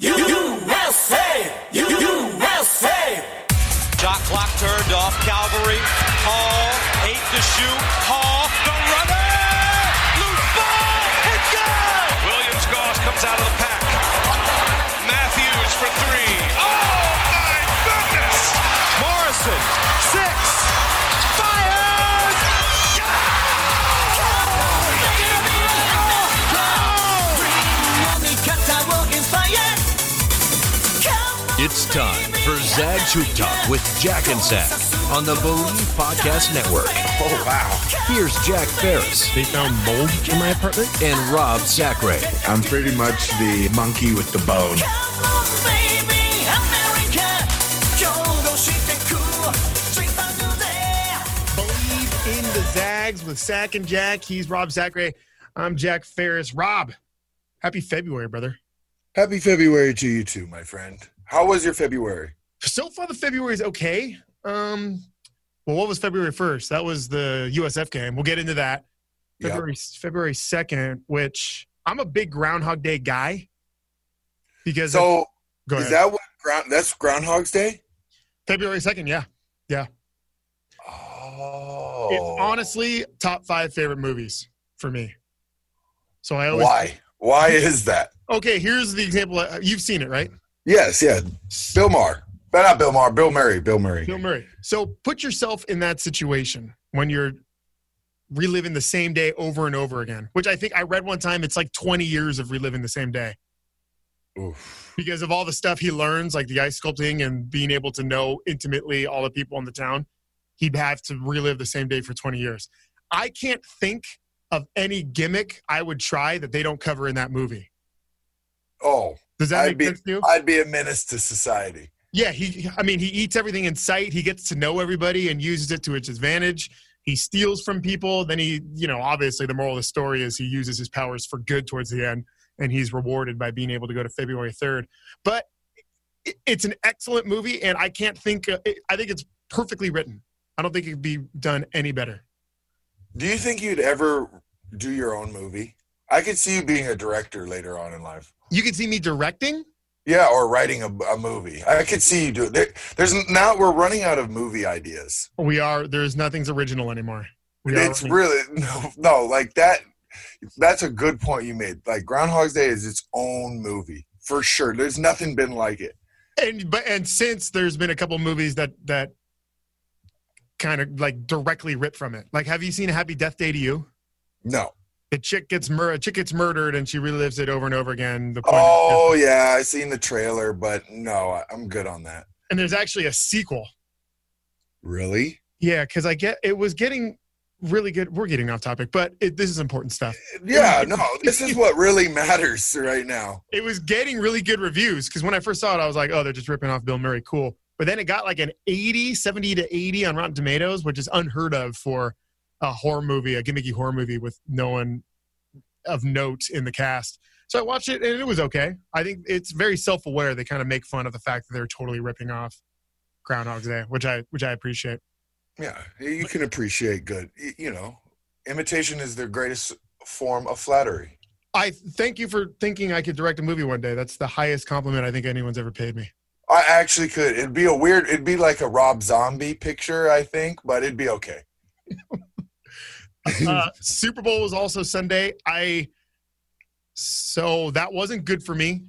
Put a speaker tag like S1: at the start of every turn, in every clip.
S1: USA! USA!
S2: Shot clock turned off. Calvary. Hall. Eight to shoot. Hall. The runner! Loose ball! And good! Williams Goss comes out of the pack. Matthews for three. Oh, my goodness! Morrison. Six. Fires!
S3: It's time for Zag's Hoop Talk with Jack and Zag on the Believe Podcast Network. Oh, wow. Here's Jack Ferris
S4: They found mold in my apartment.
S3: and Rob Zachary.
S5: I'm pretty much the monkey with the bone.
S4: Believe in the Zags with Sack and Jack. He's Rob Zachary. I'm Jack Ferris. Rob, happy February, brother.
S6: Happy February to you too, my friend. How was your February?
S4: So far, the February is okay. Um, well, what was February 1st? That was the USF game. We'll get into that.
S6: Yeah.
S4: February, February 2nd, which I'm a big Groundhog Day guy. Because
S6: So
S4: go
S6: is
S4: ahead.
S6: that what ground? That's Groundhog's Day.
S4: February 2nd, yeah.
S6: Oh,
S4: It- honestly, top five favorite movies for me. So I always
S6: why? Why is that?
S4: okay. Here's the example. You've seen it, right?
S6: Yes, yeah. Bill Maher, but not Bill Maher. Bill Murray. Bill Murray.
S4: Bill Murray. So put yourself in that situation when you're reliving the same day over and over again, which I think I read one time it's like 20 years of reliving the same day
S6: Oof.
S4: because of all the stuff he learns, like the ice sculpting and being able to know intimately all the people in the town. He'd have to relive the same day for 20 years. I can't think of any gimmick I would try that they don't cover in that movie.
S6: Oh,
S4: Does that
S6: I'd
S4: make
S6: be-
S4: sense to you?
S6: I'd be a menace to society.
S4: Yeah, he. I mean, he eats everything in sight. He gets to know everybody and uses it to its advantage. He steals from people. Then he, you know, obviously the moral of the story is he uses his powers for good towards the end, and he's rewarded by being able to go to February third. But it, it's an excellent movie, and I can't think. uh, It, I think it's perfectly written. I don't think it could be done any better.
S6: Do you think you'd ever do your own movie? I could see you being a director later on in life.
S4: You can see me directing.
S6: Yeah, or writing a, a movie. I could see you do it. There, there's now we're running out of movie ideas.
S4: We are. There's nothing's original anymore. We are
S6: it's
S4: running-
S6: really no, no, like that. That's a good point you made. Like Groundhog's Day is its own movie for sure. There's nothing been like it.
S4: and but and since there's been a couple movies that that kind of like directly ripped from it. Like, have you seen Happy Death Day to You?
S6: No.
S4: The chick gets mur- a chick gets murdered and she relives it over and over again. The point is-
S6: Oh yeah, I seen the trailer, but no, I- I'm good on that.
S4: and there's actually a sequel.
S6: Really?
S4: Yeah, because I get it was getting really good. We're getting off topic, but it, this is important stuff.
S6: Yeah, no, this is what really matters right now.
S4: It was getting really good reviews because when I first saw it, I was like, oh, they're just ripping off Bill Murray. Cool. But then it got like an 80, 70 to 80 on Rotten Tomatoes, which is unheard of for a horror movie, a gimmicky horror movie with no one of note in the cast. So I watched it and it was okay. I think it's very self aware. They kind of make fun of the fact that they're totally ripping off Groundhog's Day, which I which I appreciate.
S6: Yeah, you can appreciate good. y- You know, imitation is the greatest form of flattery.
S4: I thank you for thinking I could direct a movie one day. That's the highest compliment I think anyone's ever paid me.
S6: I actually could. It'd be a weird. It'd be like a Rob Zombie picture, I think, but it'd be okay.
S4: uh, Super Bowl was also Sunday. I so that wasn't good for me.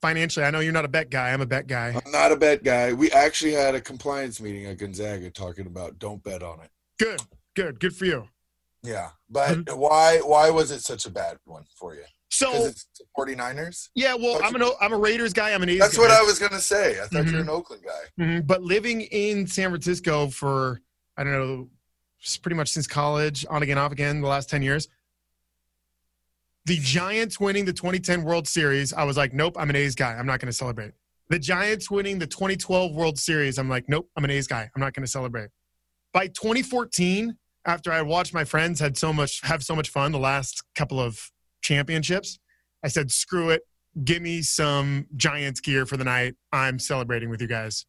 S4: financially? I know you're not a bet guy. I'm a bet guy.
S6: I'm not a bet guy. We actually had a compliance meeting at Gonzaga talking about don't bet on it.
S4: Good, good, good for you.
S6: Yeah, but why why was it such a bad one for you? Because
S4: Mm-hmm. So
S6: it's the 49ers.
S4: yeah, well, I'm an O- I'm a Raiders guy. I'm an A's
S6: That's
S4: guy.
S6: what I was gonna say. I thought
S4: Mhm.
S6: you're an Oakland guy.
S4: Mhm. But living in San Francisco for I don't know, s- pretty much since college, on again, off again, the last ten years. The Giants winning the 2010 World Series, I was like, nope, I'm an A's guy. I'm not going to celebrate. The Giants winning the 2012 World Series, I'm like, nope, I'm an A's guy. I'm not going to celebrate. By 2014, after I watched my friends had so much have so much fun the last couple of championships, I said, screw it, give me some Giants gear for the night. I'm celebrating with you guys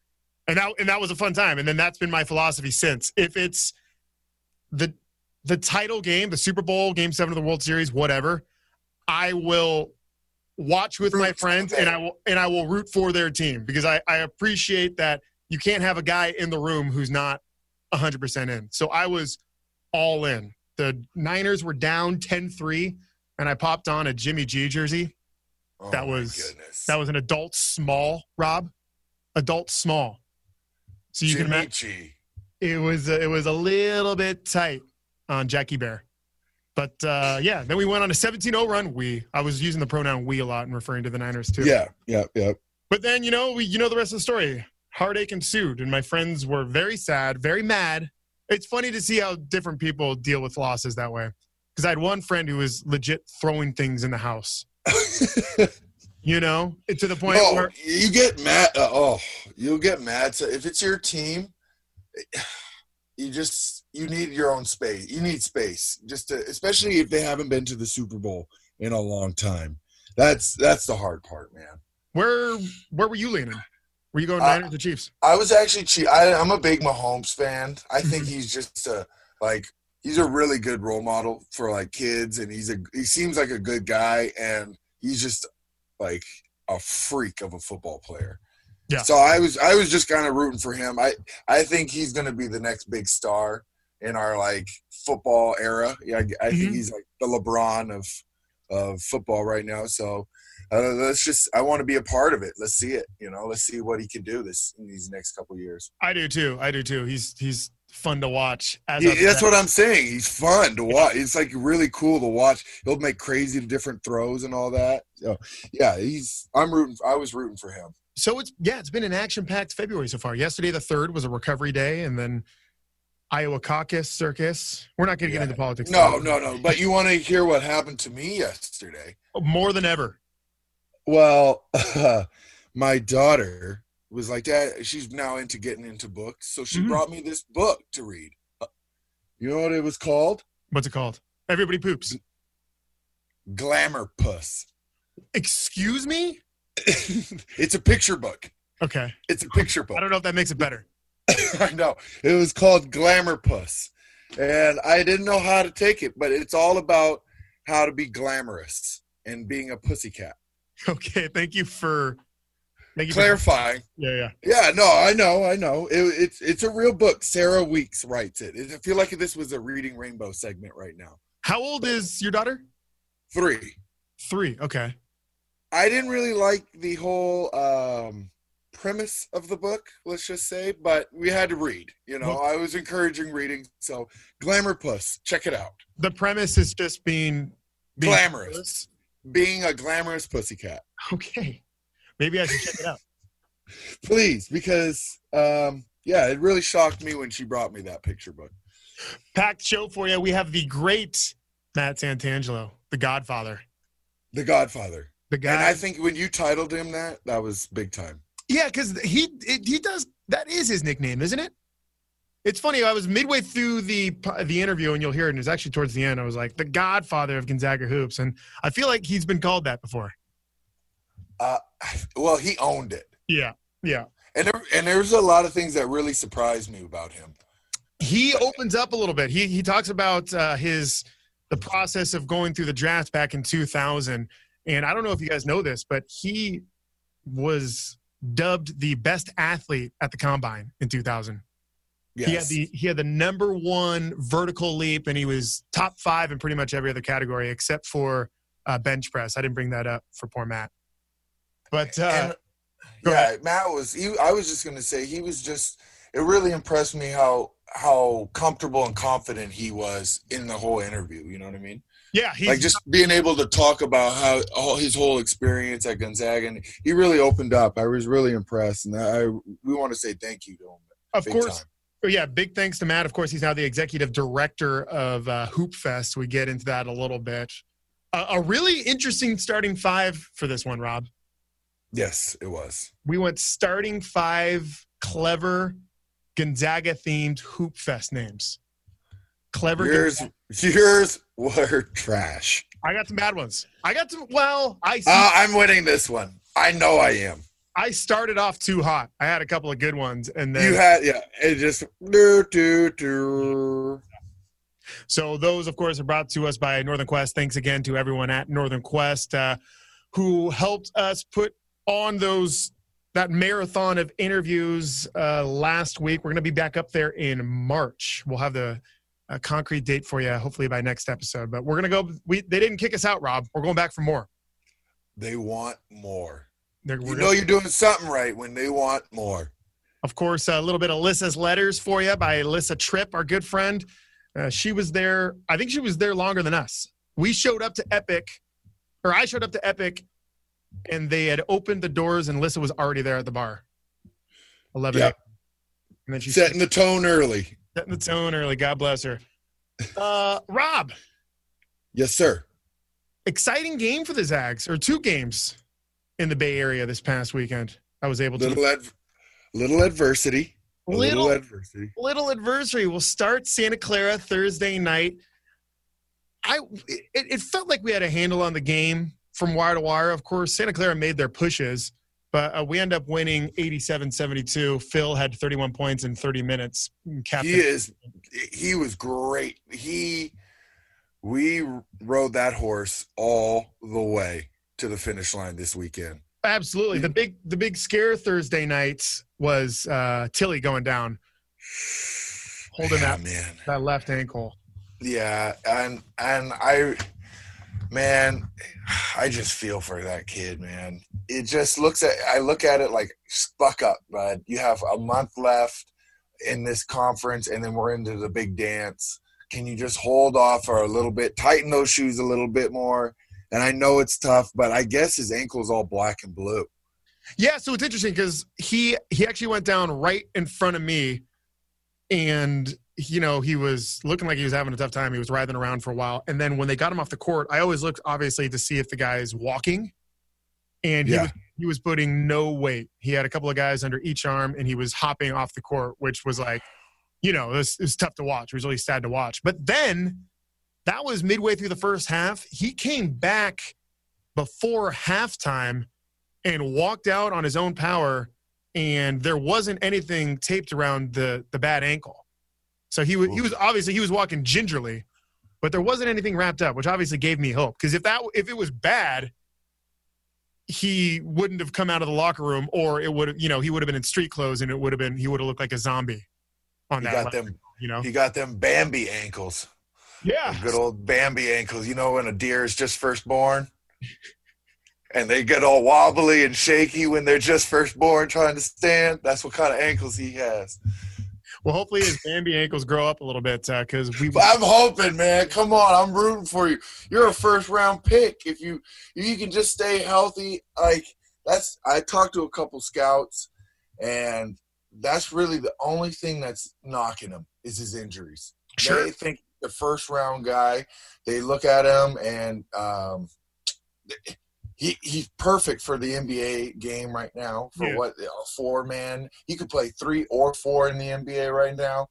S4: and that and that was a fun time. And then that's been my philosophy since. If it's the the title game, the Super Bowl, Game Seven of the World Series, whatever, I will watch with my
S6: Root.
S4: friends, and I will and I will root for their team because I I appreciate that you can't have a guy in the room who's not hundred percent in. So I was all in. The Niners were down 10-3, and I popped on a Jimmy G jersey.
S6: Oh,
S4: That
S6: my
S4: was-
S6: goodness.
S4: That was an adult small, Rob. Adult small. So you can
S6: Jimmy
S4: imagine.
S6: G.
S4: it was it was a little bit tight on Jackie Bear. But uh, yeah, then we went on a 17-0 run. We I was using the pronoun we a lot and referring to the Niners too.
S6: Yeah, yeah, yeah.
S4: But then you know we you know the rest of the story. Heartache ensued, and my friends were very sad, very mad. It's funny to see how different people deal with losses that way. Because I had one friend who was legit throwing things in the house. You know, to the point
S6: no,
S4: where
S6: you get mad. Uh, oh, you'll get mad. So if it's your team, you just you need your own space. You need space, just to, especially if they haven't been to the Super Bowl in a long time. That's that's the hard part, man.
S4: where where were you leaning? Were you going
S6: Uh,
S4: Niners or Chiefs?
S6: I was actually che- I, I'm a big Mahomes fan. I think he's just a like he's a really good role model for like kids, and he's a he seems like a good guy, and he's just like a freak of a football player.
S4: Yeah.
S6: So I was I was just kind of rooting for him. I I think he's going to be the next big star in our like football era. Yeah, I, I
S4: Mhm.
S6: think he's like the LeBron of of football right now. So uh, let's just i want to be a part of it let's see it you know let's see what he can do this in these next couple years
S4: I do too. I do too. He's he's fun to watch. As
S6: He-
S4: I've
S6: that's
S4: said.
S6: what i'm saying he's fun to watch it's like really cool to watch he'll make crazy different throws and all that so yeah he's i'm rooting i was rooting for him
S4: so it's yeah, it's been an action-packed February so far. Yesterday the third was a recovery day, and then Iowa caucus circus. We're not going to
S6: Yeah.
S4: get into politics.
S6: no no no but you want to hear what happened to me yesterday
S4: More than ever.
S6: Well, my daughter was like, Dad, she's now into getting into books. So she
S4: Mhm.
S6: brought me this book to read. Uh, You know what it was called?
S4: What's it called? Everybody poops.
S6: Glamour Puss.
S4: Excuse me.
S6: it's a picture book.
S4: Okay,
S6: It's a picture book.
S4: I don't know if that makes it better.
S6: I know. It was called Glamour Puss. And I didn't know how to take it, but it's all about how to be glamorous and being a pussycat.
S4: Okay, thank you for. Thank you. for-
S6: Clarifying.
S4: yeah, yeah.
S6: Yeah, no, I know, I know. It, it's it's a real book. Sarah Weeks writes it. I feel like this was a reading rainbow segment right now.
S4: How old is your daughter?
S6: Three.
S4: Three. Okay.
S6: I didn't really like the whole um, premise of the book, let's just say, but we had to read. You know, I was encouraging reading. So, Glamour Puss, check it out.
S4: The premise is just being, being
S6: Glamorous. Being a glamorous pussycat.
S4: Okay. Maybe I should check it out.
S6: Please, because, um, yeah, it really shocked me when she brought me that picture book.
S4: packed show for you. We have the great Matt Santangelo, the Godfather,
S6: The Godfather.
S4: the guy.
S6: And I think when you titled him that, that was big time.
S4: yeah, because he it, he does that is his nickname, isn't it? It's funny. I was midway through the po- the interview, and you'll hear it. And it's actually towards the end. I was like, the Godfather of Gonzaga hoops, and I feel like he's been called that before.
S6: Uh, well, he owned it,
S4: Yeah, yeah.
S6: and there, and there's a lot of things that really surprised me about him.
S4: He opens up a little bit. He he talks about uh, his the process of going through the draft back in 2000, and I don't know if you guys know this, but he was dubbed the best athlete at the combine in 2000. He had
S6: Yes,
S4: the he had the number one vertical leap, and he was top five in pretty much every other category except for uh, bench press. I didn't bring that up for poor Matt. But uh,
S6: And-
S4: go
S6: yeah, Matt was. He, I was just gonna say he was just. It really impressed me how how comfortable and confident he was in the whole interview. You know what I mean?
S4: yeah, he's
S6: like just being able to talk about how all his whole experience at Gonzaga, and he really opened up. I was really impressed, and I we want to say thank you to him.
S4: of
S6: big
S4: course.
S6: time.
S4: Oh, yeah, big thanks to Matt. Of course, he's now the executive director of uh, Hoop Fest. We get into that a little bit. Uh, a really interesting starting five for this one, Rob.
S6: Yes, it was.
S4: We went starting five clever Gonzaga themed Hoop Fest names. Clever.
S6: Yours, yours were trash.
S4: I got some bad ones. I got some. Well, I
S6: Uh, I'm winning this one. I know I am.
S4: I started off too hot. I had a couple of good ones, and then
S6: You had yeah. It just do do do.
S4: So those, of course, are brought to us by Northern Quest. Thanks again to everyone at Northern Quest uh, who helped us put on those that marathon of interviews uh, last week. We're going to be back up there in March. We'll have the uh, concrete date for you, hopefully by next episode. But we're going to go. We they didn't kick us out, Rob. We're going back for more.
S6: They want more.
S4: They're-
S6: You
S4: we're
S6: know you're doing something right when they want more.
S4: Of course, a little bit of Lissa's letters for you by Lissa Tripp, our good friend. Uh, she was there. I think she was there longer than us. We showed up to Epic, or I showed up to Epic, and they had opened the doors, and Lissa was already there at the bar. Eleven.
S6: Yep.
S4: And then she set
S6: Setting the tone early.
S4: setting the tone early. God bless her. Uh, Rob,
S6: Yes, sir.
S4: exciting game for the Zags, or two games in the Bay Area this past weekend. I was able to
S6: Little ad, little adversity. A little, adversity.
S4: little adversary will start Santa Clara Thursday night. I it, it felt like we had a handle on the game from wire to wire. Of course, Santa Clara made their pushes, but uh, we end up winning 87-72. Phil had 31 points in 30 minutes. Captain.
S6: He is. He was great. He. We rode that horse all the way to the finish line this weekend.
S4: Absolutely. The big the big scare Thursday night was uh, Tilly going down, holding
S6: yeah,
S4: that
S6: man.
S4: that left ankle.
S6: Yeah, and and I, man, I just feel for that kid, man. It just looks at I look at it like fuck up, bud. You have a month left in this conference, and then we're into the big dance. Can you just hold off for a little bit, tighten those shoes a little bit more? And I know it's tough, but I guess his ankle's all black and blue.
S4: Yeah, so it's interesting because he he actually went down right in front of me, and you know he was looking like he was having a tough time. He was writhing around for a while, and then when they got him off the court, I always looked obviously to see if the guy is walking, and he
S6: Yeah.
S4: was, he was putting no weight. He had a couple of guys under each arm, and he was hopping off the court, which was like, you know, this is tough to watch. It was really sad to watch. But then that was midway through the first half. He came back before halftime and walked out on his own power and there wasn't anything taped around the the bad ankle so he was he was obviously he was walking gingerly but there wasn't anything wrapped up which obviously gave me hope because if that if it was bad he wouldn't have come out of the locker room or it would have you know he would have been in street clothes and it would have been he would have looked like a zombie on
S6: He
S4: that
S6: got
S4: left,
S6: them.
S4: you know
S6: He got them Bambi ankles.
S4: yeah
S6: The good old Bambi ankles. You know when a deer is just first born, and they get all wobbly and shaky when they're just first born trying to stand. That's what kind of ankles he has.
S4: well hopefully his bambi ankles grow up a little bit because we
S6: But I'm hoping, man. Come on, I'm rooting for you. You're a first round pick. If you if you can just stay healthy, like that's. I talked to a couple scouts, and that's really the only thing that's knocking him is his injuries. They think the first round guy. They look at him and um, he he's perfect for the NBA game right now. For
S4: Yeah.
S6: what a four man, he could play three or four in the NBA right now.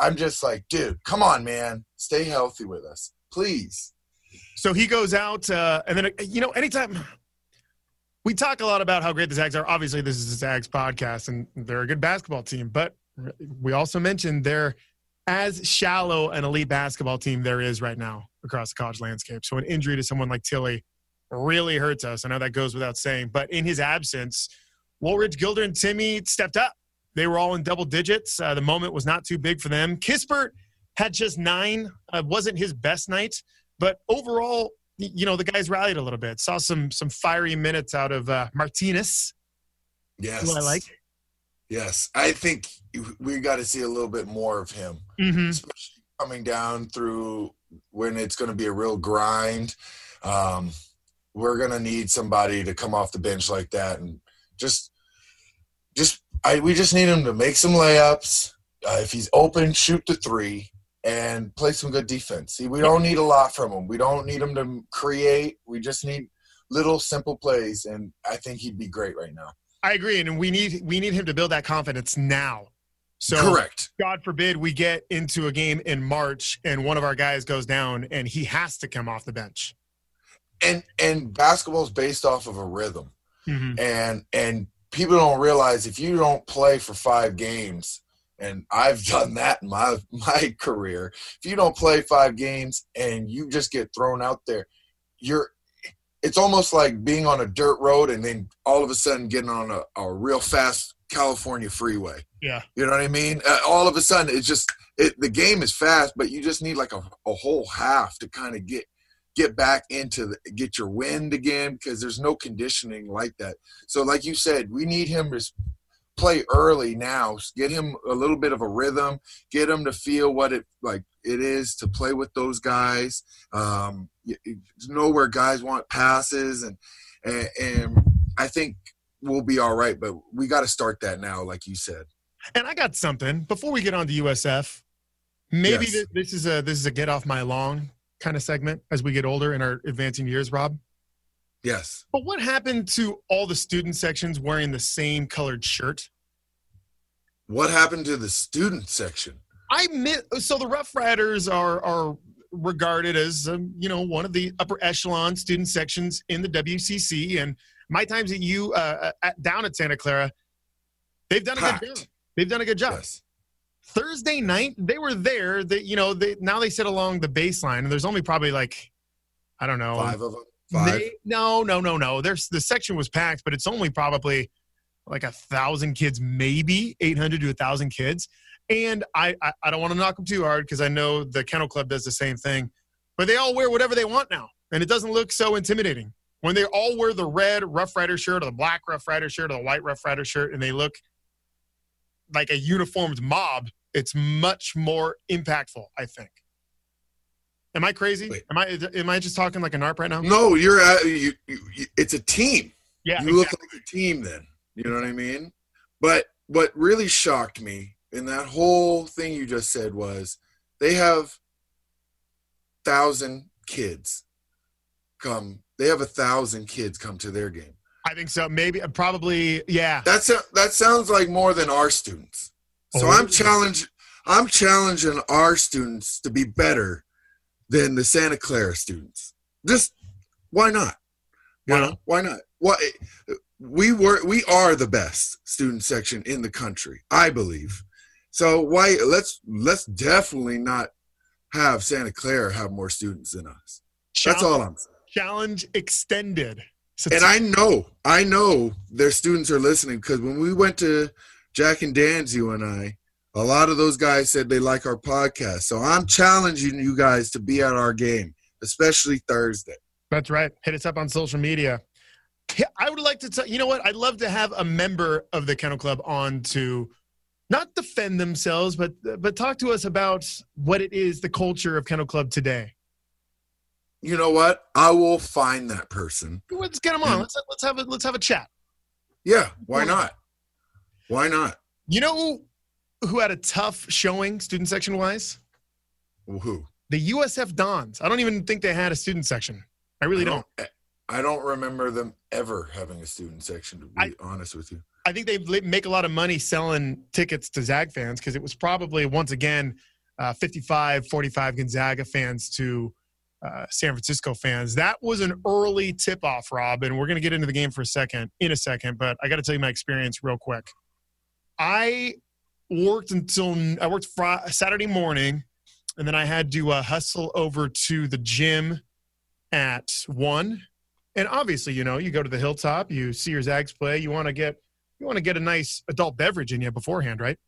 S6: I, I'm just like, dude, come on, man, stay healthy with us, please.
S4: So he goes out, uh, and then uh, you know, anytime we talk a lot about how great the Zags are. Obviously, this is the Zags podcast, and they're a good basketball team. But we also mentioned they're as shallow an elite basketball team there is right now across the college landscape. So an injury to someone like Tilly really hurts us. I know that goes without saying, but in his absence, Woolridge, Gilder, and Timmy stepped up. They were all in double digits. Uh, the moment was not too big for them. Kispert had just nine. Uh, wasn't his best night. But overall, you know the guys rallied a little bit. Saw some some fiery minutes out of uh, Martinez,
S6: Yes.
S4: who I like.
S6: Yes. I think we got to see a little bit more of him.
S4: Mm-hmm.
S6: especially coming down through when it's going to be a real grind. Um, we're going to need somebody to come off the bench like that and just, just I we just need him to make some layups. Uh, if he's open, shoot the three and play some good defense. See, we don't need a lot from him. We don't need him to create. We just need little simple plays, and I think he'd be great right now.
S4: I agree, and we need we need him to build that confidence now. So
S6: Correct.
S4: God forbid we get into a game in March and one of our guys goes down and he has to come off the bench.
S6: And and basketball's based off of a rhythm.
S4: Mm-hmm.
S6: and and people don't realize if you don't play for five games and i've done that in my my career if you don't play five games and you just get thrown out there you're it's almost like being on a dirt road and then all of a sudden getting on a, a real fast california freeway
S4: Yeah.
S6: you know what i mean uh, all of a sudden it's just it, the game is fast but you just need like a, a whole half to kind of get get back into the, get your wind again because there's no conditioning like that so, like you said, we need him to s- play early now. Get him a little bit of a rhythm. Get him to feel what it like it is to play with those guys. Um, y- y- know where guys want passes, and and, and I think we'll be all right. But we got to start that now, like you said.
S4: And I got something before we get on to USF. Maybe
S6: Yes.
S4: thi- this is a this is a get off my lawn kind of segment as we get older in our advancing years, Rob.
S6: Yes.
S4: But what happened to all the student sections wearing the same colored shirt?
S6: What happened to the student section?
S4: I mi- so the Rough Riders are are regarded as um, you know one of the upper echelon student sections in the WCC, and my times at you uh, at, down at Santa Clara, they've done a good
S6: Packed.
S4: job. They've done a good job.
S6: Yes.
S4: Thursday night they were there. That you know they now they sit along the baseline, and there's only probably like I don't know
S6: Five of them. Five.
S4: they- no, no, no, no. There's the section was packed, but it's only probably like a thousand kids, maybe eight hundred to a thousand kids. And I, I, I don't want to knock them too hard because I know the Kennel Club does the same thing, but they all wear whatever they want now, and it doesn't look so intimidating when they all wear the red Rough Rider shirt or the black Rough Rider shirt or the white Rough Rider shirt, and they look like a uniformed mob. It's much more impactful, I think. Am I crazy?
S6: Wait.
S4: Am I am I just talking like a narp right now?
S6: No, you're at, you, you, you. It's a team.
S4: Yeah,
S6: you look
S4: exactly.
S6: like a team then. You know what I mean? But what really shocked me in that whole thing you just said was they have thousand kids come. They have a thousand kids come to their game.
S4: I think so. Maybe, probably, yeah.
S6: That's that sounds like more than our students. So
S4: Oh.
S6: I'm challenge I'm challenging our students to be better than the Santa Clara students. Just why not? You
S4: Why
S6: know, why not? Why we were we are the best student section in the country, I believe. So why let's let's definitely not have Santa Clara have more students than us. That's all I'm saying.
S4: Challenge extended. So
S6: And I know, I know their students are listening because when we went to Jack and Dan's, you and I, a lot of those guys said they like our podcast. So I'm challenging you guys to be at our game, especially Thursday.
S4: that's right. Hit us up on social media. Yeah, I would like to tell you know what? I'd love to have a member of the Kennel Club on to not defend themselves, but but talk to us about what it is the culture of Kennel Club today.
S6: You know what? I will find that person.
S4: Let's get them
S6: Mm-hmm.
S4: on. Let's let's have a let's have a chat.
S6: Yeah, why not? Why not?
S4: You know who, who had a tough showing student section wise?
S6: Well, who?
S4: The USF Dons. I don't even think they had a student section. I really don't.
S6: I don't remember them ever having a student section, to be
S4: I-
S6: honest with you.
S4: I think they li- make a lot of money selling tickets to Zag fans because it was probably once again uh, 55, 45 Gonzaga fans to uh, San Francisco fans. That was an early tip off, Rob, and we're going to get into the game for a second in a second, but I got to tell you my experience real quick. I worked until I worked Friday, Saturday morning, and then I had to uh, hustle over to the gym at one. And obviously, you know, you go to the hilltop, you see your Zags play, you want to get you want to get a nice adult beverage in you beforehand, right?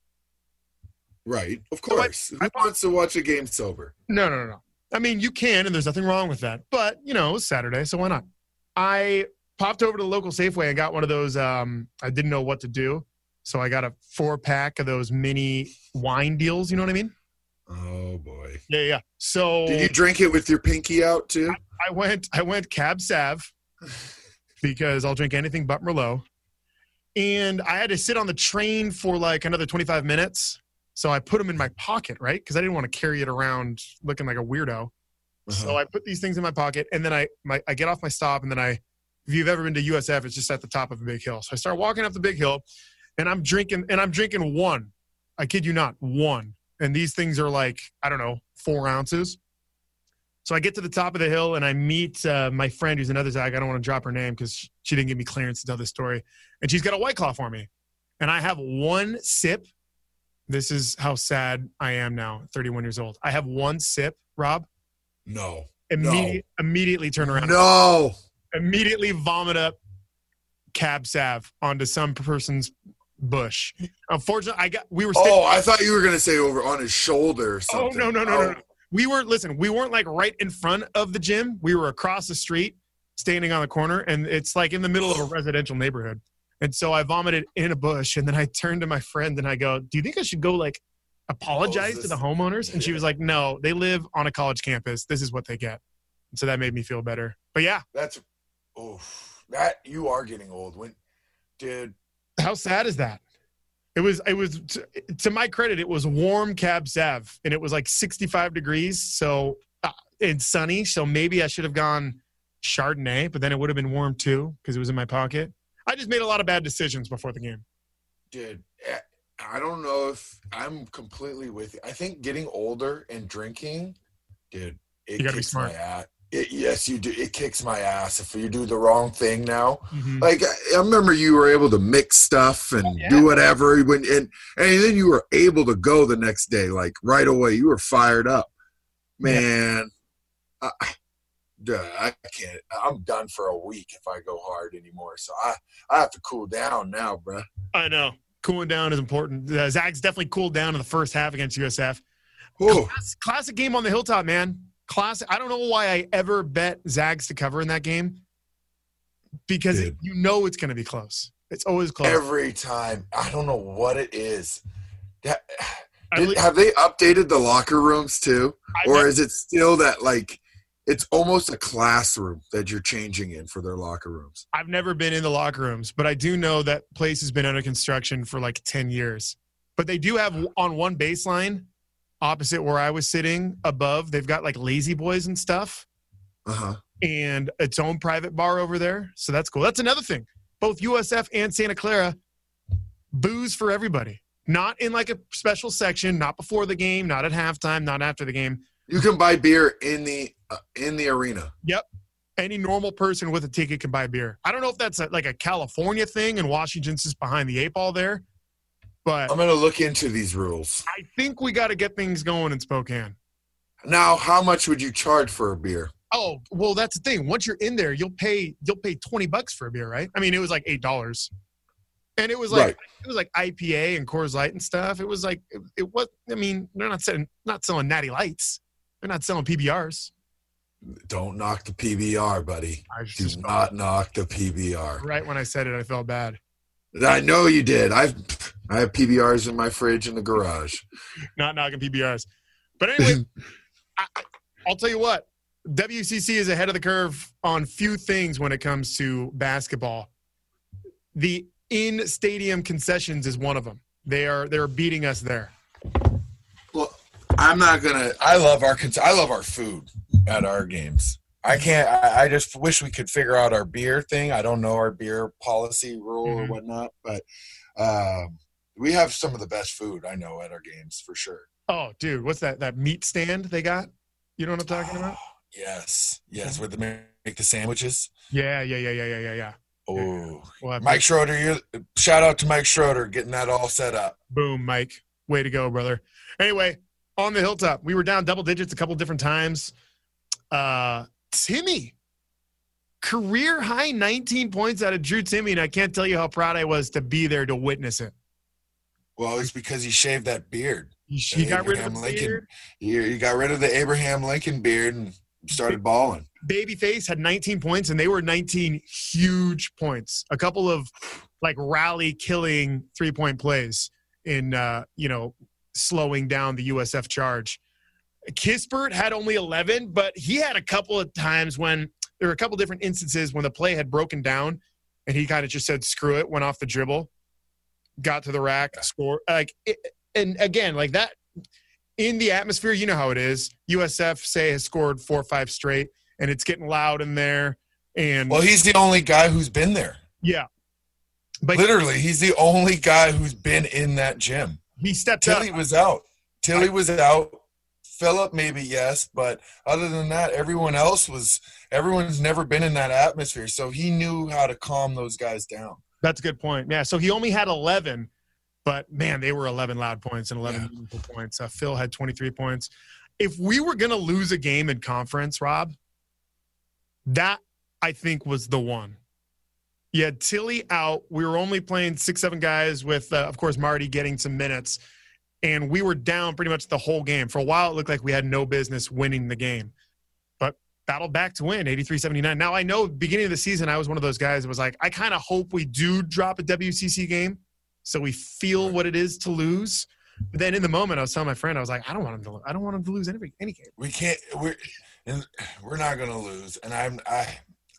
S6: Right, of
S4: So I-
S6: course. Who wants to watch a game sober?
S4: No, no, no, no. I mean, you can, and there's nothing wrong with that. But you know, it was Saturday, so why not? I popped over to the local Safeway and got one of those. Um, I didn't know what to do, so I got a four pack of those mini wine deals. You know what I mean?
S6: Oh boy.
S4: Yeah, yeah. So
S6: Did you drink it with your pinky out too?
S4: I went I went Cab Sav because I'll drink anything but Merlot. And I had to sit on the train for like another 25 minutes. So I put them in my pocket, right? Because I didn't want to carry it around looking like a weirdo.
S6: Uh-huh.
S4: So I put these things in my pocket and then I my, I get off my stop and then I if you've ever been to USF, it's just at the top of a big hill. So I start walking up the big hill and I'm drinking and I'm drinking one. I kid you not, one. And these things are like, I don't know, four ounces. So I get to the top of the hill and I meet uh, my friend who's another Zag. I don't want to drop her name because she didn't give me clearance to tell this story. And she's got a white claw for me. And I have one sip. This is how sad I am now, 31 years old. I have one sip, Rob.
S6: No.
S4: Immediate, Immediately turn around
S6: No.
S4: immediately vomit up cab sav onto some person's bush. Unfortunately, I got we were sitting,
S6: Oh, I thought you were gonna say over on his shoulder or
S4: oh,
S6: something.
S4: no no no no no. We weren't listen, we weren't like right in front of the gym. We were across the street standing on the corner and it's like in the middle of a residential neighborhood. And so I vomited in a bush and then I turned to my friend and I go, "Do you think I should go like apologize to
S6: this-
S4: the homeowners?" And she was like, "No, they live on a college campus. This is what they get." And so that made me feel better. But yeah,
S6: That's oh that you are getting old when dude.
S4: how sad is that? It was, it was, to, to my credit, it was warm Cab Sav and it was like 65 degrees. So, uh, and sunny. So maybe I should have gone Chardonnay, but then it would have been warm too because it was in my pocket. I just made a lot of bad decisions before the game.
S6: Dude, eh, I don't know if I'm completely with you. I think getting older and drinking, dude, it
S4: You gotta be
S6: kicks
S4: smart.
S6: my ass. It, yes, you do. It kicks my ass if you do the wrong thing now.
S4: Mm-hmm.
S6: Like I, I remember, you were able to mix stuff and do whatever. When and and then you were able to go the next day, like right away. You were fired up, man. I, duh, I can't. I'm done for a week if I go hard anymore. So I I have to cool down now, bruh.
S4: I know. Cooling down is important. Uh, Zach's definitely cooled down in the first half against USF.
S6: Whew.
S4: Class- classic game on the hilltop, man. Classic. I don't know why I ever bet Zags to cover in that game because
S6: Dude.
S4: you know it's going to be close. It's always close.
S6: every time. I don't know what it is. That-
S4: I
S6: Did-
S4: believe-
S6: have they updated the locker rooms too,
S4: I
S6: or
S4: bet-
S6: is it still that like it's almost a classroom that you're changing in for their locker rooms?
S4: I've never been in the locker rooms, but I do know that place has been under construction for like 10 years. But they do have on one baseline opposite where I was sitting above, they've got like lazy boys and stuff
S6: Uh huh.
S4: and its own private bar over there. So that's cool. That's another thing. Both USF and Santa Clara booze for everybody. Not in like a special section, not before the game, not at halftime, not after the game.
S6: You can buy beer in the uh, in the arena.
S4: any normal person with a ticket can buy beer. I don't know if that's a, like a California thing and Washington's just behind the eight ball there, but
S6: I'm gonna look into these rules.
S4: I think we got to get things going in Spokane.
S6: Now, how much would you charge for a beer?
S4: Oh, well, that's the thing. Once you're in there, you'll pay you'll pay 20 bucks for a beer, right? I mean, it was like $8. And it was like
S6: Right.
S4: it was like IPA and Coors Light and stuff. It was like it, it was I mean, they're not selling not selling natty lights. They're not selling PBRs.
S6: Don't knock the PBR, buddy.
S4: I was
S6: Do
S4: just
S6: not knock the PBR.
S4: right when I said it, I felt bad.
S6: I know you did. I've I have PBRs in my fridge in the garage.
S4: not knocking PBRs. But anyway, I, I- I'll tell you what. WCC is ahead of the curve on few things when it comes to basketball. The in-stadium concessions is one of them. They are they're beating us there.
S6: Well, I'm not gonna. I love our. cons- I love our food at our games. I can't. I, I just wish we could figure out our beer thing. I don't know our beer policy rule or
S4: Mhm.
S6: whatnot, but um, we have some of the best food I know at our games for sure.
S4: Oh, dude, what's that that meat stand they got? You know what I'm talking about?
S6: Yes, yes, where they make the sandwiches.
S4: Yeah, yeah, yeah, yeah, yeah, yeah, yeah.
S6: Oh,
S4: We'll have
S6: Mike Schroeder, you shout out to Mike Schroeder getting that all set up.
S4: Boom, Mike. Way to go, brother. Anyway, on the hilltop, we were down double digits a couple different times. Uh, Timmy, career high 19 points out of Drew Timmy, and I can't tell you how proud I was to be there to witness it.
S6: Well, it's because he shaved that beard.
S4: He got rid of the
S6: Abraham Lincoln.
S4: beard.
S6: You, you got rid of the Abraham Lincoln beard and started balling.
S4: Babyface had 19 points, and they were 19 huge points. A couple of like rally killing three point plays in uh, you know slowing down the USF charge. Kispert had only 11, but he had a couple of times when there were a couple different instances when the play had broken down, and he kind of just said "screw it," went off the dribble, got to the rack, score like. It, and again, like that in the atmosphere, you know how it is. USF say has scored four or five straight, and it's getting loud in there. And
S6: Well, he's the only guy who's been there.
S4: yeah, but
S6: Literally, he's the only guy who's been in that gym.
S4: he stepped up.
S6: Tilly was out. Tilly was out. Philip maybe yes, but other than that, everyone else was. Everyone's never been in that atmosphere, so he knew how to calm those guys down.
S4: That's a good point. Yeah, so he only had 11, but man, they were 11 loud points and 11
S6: Yeah.
S4: meaningful points. Uh, Phil had 23 points. If we were going to lose a game in conference, Rob, that I think was the one. You had Tilly out. We were only playing six, seven guys with, uh, of course, Marty getting some minutes. And we were down pretty much the whole game. For a while, it looked like we had no business winning the game battled back to win 83-79 now i know beginning of the season i was one of those guys that was like i kind of hope we do drop a wcc game so we feel what it is to lose but then in the moment i was telling my friend i was like i don't want him to i don't want him to lose any, any game
S6: we can't we're and we're not gonna lose and i'm i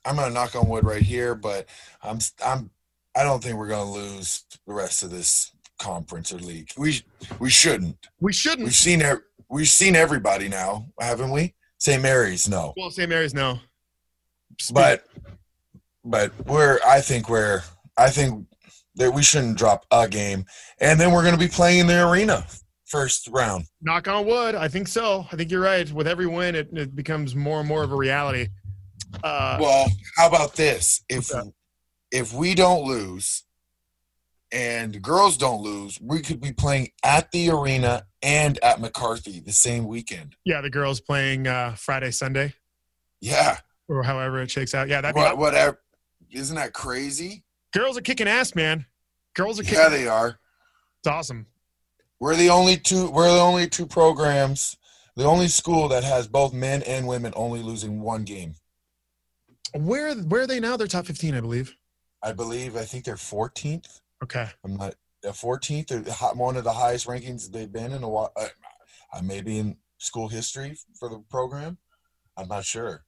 S6: i'm gonna knock on wood right here but i'm i'm i don't think we're gonna lose the rest of this conference or league we we shouldn't
S4: we shouldn't
S6: we've seen ev- we've seen everybody now haven't we st mary's no
S4: well st mary's no
S6: but but we're i think we're i think that we shouldn't drop a game and then we're gonna be playing in the arena first round
S4: knock on wood i think so i think you're right with every win it, it becomes more and more of a reality uh,
S6: Well, how about this? If
S4: What's
S6: if we don't lose and the girls don't lose, we could be playing at the arena and at McCarthy the same weekend.
S4: yeah the girls playing uh, friday sunday
S6: Yeah.
S4: or however it shakes out yeah that
S6: What, whatever. Isn't that crazy?
S4: girls are kicking ass man girls are kicking
S6: Yeah, they are.
S4: it's awesome
S6: We're the only two we're the only two programs, the only school that has both men and women only losing one game.
S4: Where where are they now? They're top fifteen, I believe.
S6: I believe I think they're 14th.
S4: Okay.
S6: I'm not the 14th or the hot- one of the highest rankings they've been in a while. I, I may be in school history for the program. I'm not sure,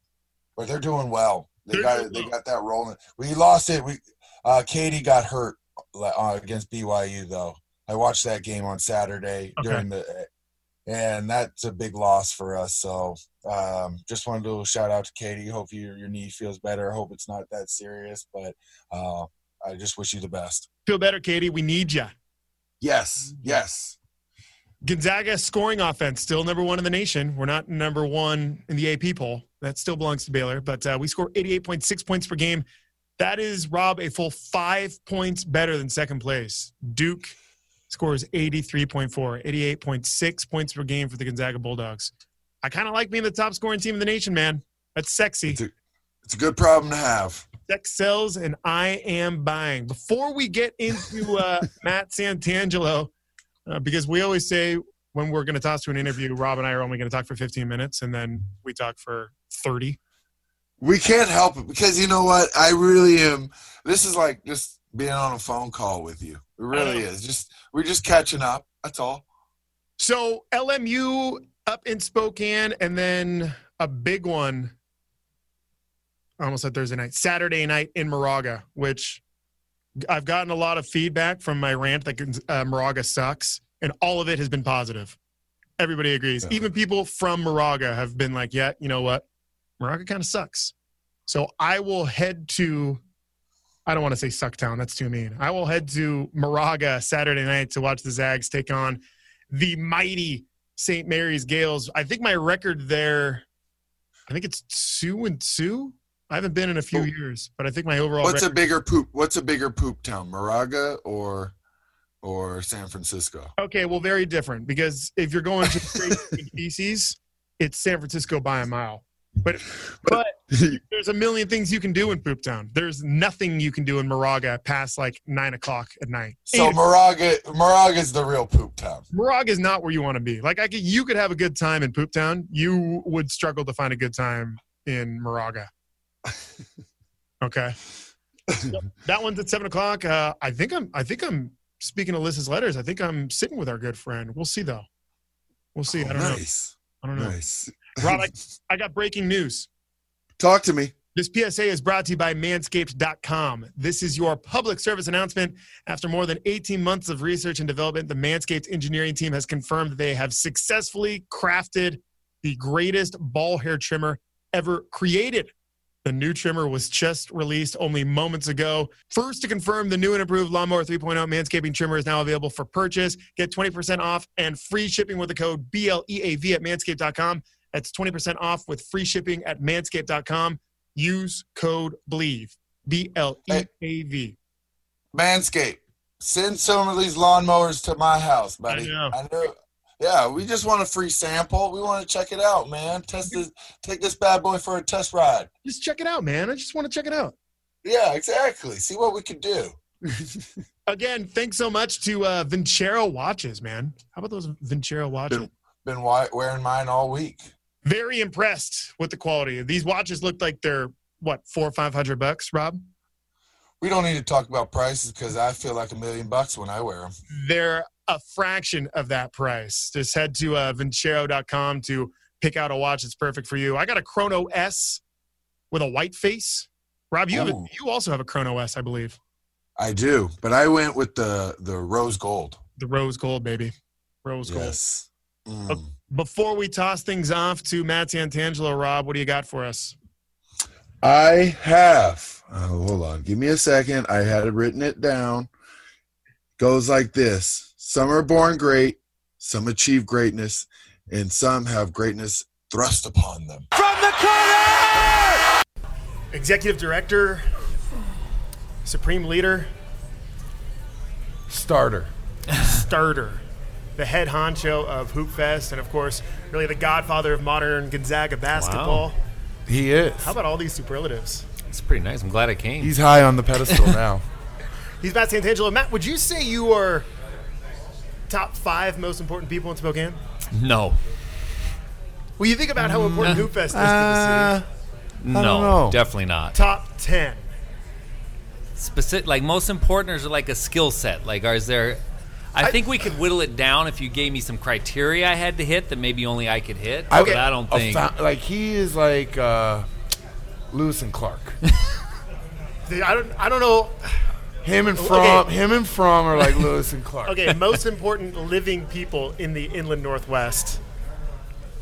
S6: but they're doing well. They
S4: They're
S6: got
S4: doing
S6: they
S4: well.
S6: got that rolling. We lost it. We uh, Katie got hurt uh, against BYU though. I watched that game on Saturday
S4: Okay.
S6: during the, and that's a big loss for us. So um, just wanted to shout out to Katie. Hope your your knee feels better. Hope it's not that serious, but uh, I just wish you the best.
S4: Feel better, Katie. We need you.
S6: Yes,
S4: Mm-hmm.
S6: yes.
S4: Gonzaga scoring offense still number one in the nation. We're not number one in the AP poll. That still belongs to Baylor, but uh, we score 88.6 points per game. That is, Rob, a full five points better than second place. Duke scores 83.4, 88.6 points per game for the Gonzaga Bulldogs. I kind of like being the top scoring team in the nation, man. That's sexy.
S6: It's a, it's a good problem to have.
S4: Deck sells and I am buying. Before we get into uh, Matt Santangelo, uh, because we always say when we're going to toss to an interview, Rob and I are only going to talk for 15 minutes and then we talk for 30.
S6: We can't help it because you know what? I really am. This is like just being on a phone call with you. It really
S4: Uh-huh.
S6: is. Just we're just catching up. That's all.
S4: So LMU up in Spokane and then a big one I almost said Thursday night, Saturday night in Moraga, which I've gotten a lot of feedback from my rant that uh, Moraga sucks, and all of it has been positive. Everybody agrees.
S6: Yeah.
S4: Even people from Moraga have been like, yeah, you know what? Moraga kind of sucks. So I will head to, I don't want to say Sucktown. That's too mean. I will head to Moraga Saturday night to watch the Zags take on the mighty St. Mary's Gales. I think my record there, I think it's two and two. I haven't been in a few
S6: Oh.
S4: years, but I think my overall
S6: What's a
S4: record,
S6: bigger poop? What's a bigger poop town, Moraga or or San Francisco?
S4: okay, well, very different because if you're going to straight species, it's San Francisco by a mile. But but there's a million things you can do in Poop Town. There's nothing you can do in Moraga past like nine o'clock at night.
S6: So
S4: Eight-
S6: Moraga, Moraga is the real poop town.
S4: Moraga is not where you want to be. Like I could, you could have a good time in Poop Town. You would struggle to find a good time in Moraga. Okay, So, that one's at seven o'clock. Uh, I think I'm. I think I'm speaking of Liz's letters. I think I'm sitting with our good friend. We'll see though. We'll see. I don't know.
S6: Oh, nice,
S4: I don't know.
S6: nice.
S4: Rob, I, I got breaking news.
S6: Talk to me.
S4: This PSA is brought to you by manscaped.com. This is your public service announcement. After more than 18 months of research and development, the Manscaped engineering team has confirmed that they have successfully crafted the greatest ball hair trimmer ever created. The new trimmer was just released only moments ago. First to confirm the new and improved Lawnmower 3.0 manscaping trimmer is now available for purchase. Get 20% off and free shipping with the code BLEAV at manscaped.com. That's 20% off with free shipping at manscaped.com. Use code BLEAV. B L E A V.
S6: Manscaped, send some of these lawnmowers to my house, buddy.
S4: I know.
S6: know- Yeah, we just want a free sample. We want to check it out, man. Test this, take this bad boy for a test ride.
S4: Just check it out, man. I just want to check it out.
S6: Yeah, exactly. See what we can do.
S4: Again, thanks so much to uh, Vincero Watches, man. How about those Vincero watches?
S6: Been, been wi- wearing mine all week.
S4: Very impressed with the quality. These watches look like they're what four or five hundred bucks, Rob.
S6: We don't need to talk about prices because I feel like a million bucks when I wear them.
S4: They're a fraction of that price. Just head to uh, Vincero.com to pick out a watch that's perfect for you. I got a Chrono S with a white face. Rob, you have a,
S6: Ooh.
S4: you also have a Chrono S, I believe.
S6: I do, but I went with the the rose gold.
S4: The rose gold, baby. Rose gold.
S6: Yes. Mm.
S4: Okay. Before we toss things off to Matt Santangelo, Rob, what do you got for us?
S6: I have. Oh, hold on. Give me a second. I had written it down. Goes like this Some are born great, some achieve greatness, and some have greatness thrust upon them.
S1: From the corner!
S4: Executive Director, Supreme Leader,
S7: Starter.
S4: Starter, the head honcho of Hoop Fest, and of course, really the godfather of modern Gonzaga basketball.
S7: He is.
S4: How about all these superlatives?
S8: It's pretty nice. I'm glad I came.
S7: He's high on the pedestal now.
S4: He's Matt Santangelo. Matt, would you say you are top five most important people in Spokane?
S8: no,
S4: Well, you think about how important Hoop Fest is to the
S7: Mm. Uh,
S4: city.
S8: no,
S7: know.
S8: definitely not.
S4: Top 10.
S8: Specific, like most important, or is it like a skill set? Like, are is there? I, think we could whittle it down if you gave me some criteria I had to hit that maybe only I could hit.
S7: I
S8: but
S7: would-
S8: I don't
S7: a
S8: think.
S7: fou- like he is like uh, Lewis and Clark.
S4: I don't, I don't know.
S7: Him and From.
S4: Okay.
S7: Him and From are like Lewis and Clark.
S4: Okay, most important living people in the inland northwest.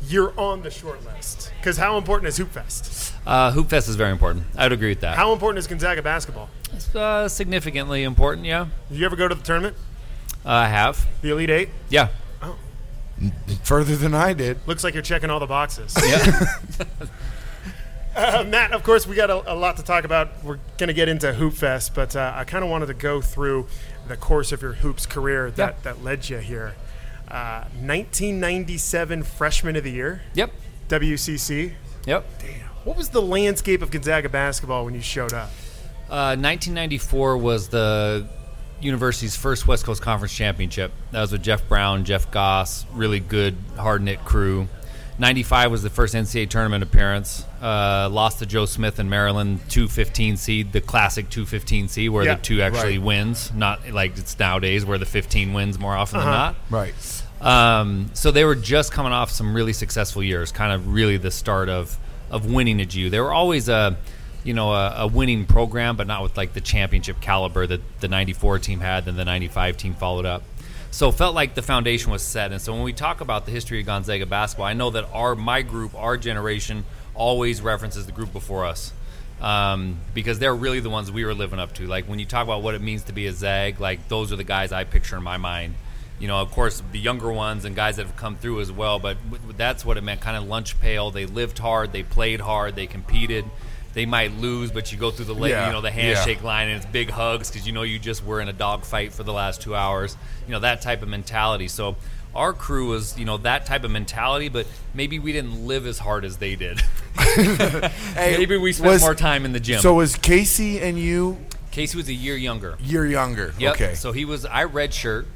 S4: You're on the short list because how important is Hoop Fest?
S8: Uh, Hoop Fest is very important. I would agree with that.
S4: How important is Gonzaga basketball?
S8: It's, uh, significantly important, yeah.
S4: Did you ever go to the tournament?
S8: Uh, I have.
S4: The Elite Eight
S8: Yeah.
S7: Further than I did.
S4: looks like you're checking all the boxes. uh, Matt, of course, we got a, a lot to talk about. We're gonna get into Hoop Fest, but uh, I kind of wanted to go through the course of your hoops career that that led you here. Uh, 1997 Freshman of the Year,
S8: Yep.
S4: WCC.
S8: Yep.
S4: What was the landscape of Gonzaga basketball when you showed up?
S8: Uh, 1994 was the university's first West Coast Conference championship. That was with Jeff Brown, Jeff Goss, really good, hard knit crew. 95 was the first NCAA tournament appearance. Uh, lost to Joe Smith in Maryland, 215 seed, the classic 215 seed, where
S4: Yeah,
S8: the two actually wins, not like it's nowadays where the 15 wins more often than not.
S7: Right.
S8: Um, so they were just coming off some really successful years, kind of really the start of of winning at U. They were always a you know a, a winning program, but not with like the championship caliber that the '94 team had, then the '95 team followed up. So it felt like the foundation was set. And so when we talk about the history of Gonzaga basketball, I know that our my group, our generation, always references the group before us. Um, because they're really the ones we were living up to. Like when you talk about what it means to be a Zag, like those are the guys I picture in my mind you know, of course, the younger ones and guys that have come through as well. But w- that's what it meant kind of lunch pail. They lived hard, they played hard, they competed. they might lose, but you go through the leg,
S7: Yeah,
S8: you know, the
S7: yeah.
S8: handshake line and it's big hugs because you know you just were in a dogfight for the last two hours. You know that type of mentality. So our crew was, you know, that type of mentality, but maybe we didn't live as hard as they did. maybe we spent
S7: Was-
S8: more time in the gym.
S7: So was Casey and you
S8: Casey was a year younger.
S7: year younger?
S8: Yep.
S7: Okay.
S8: So he was I redshirt.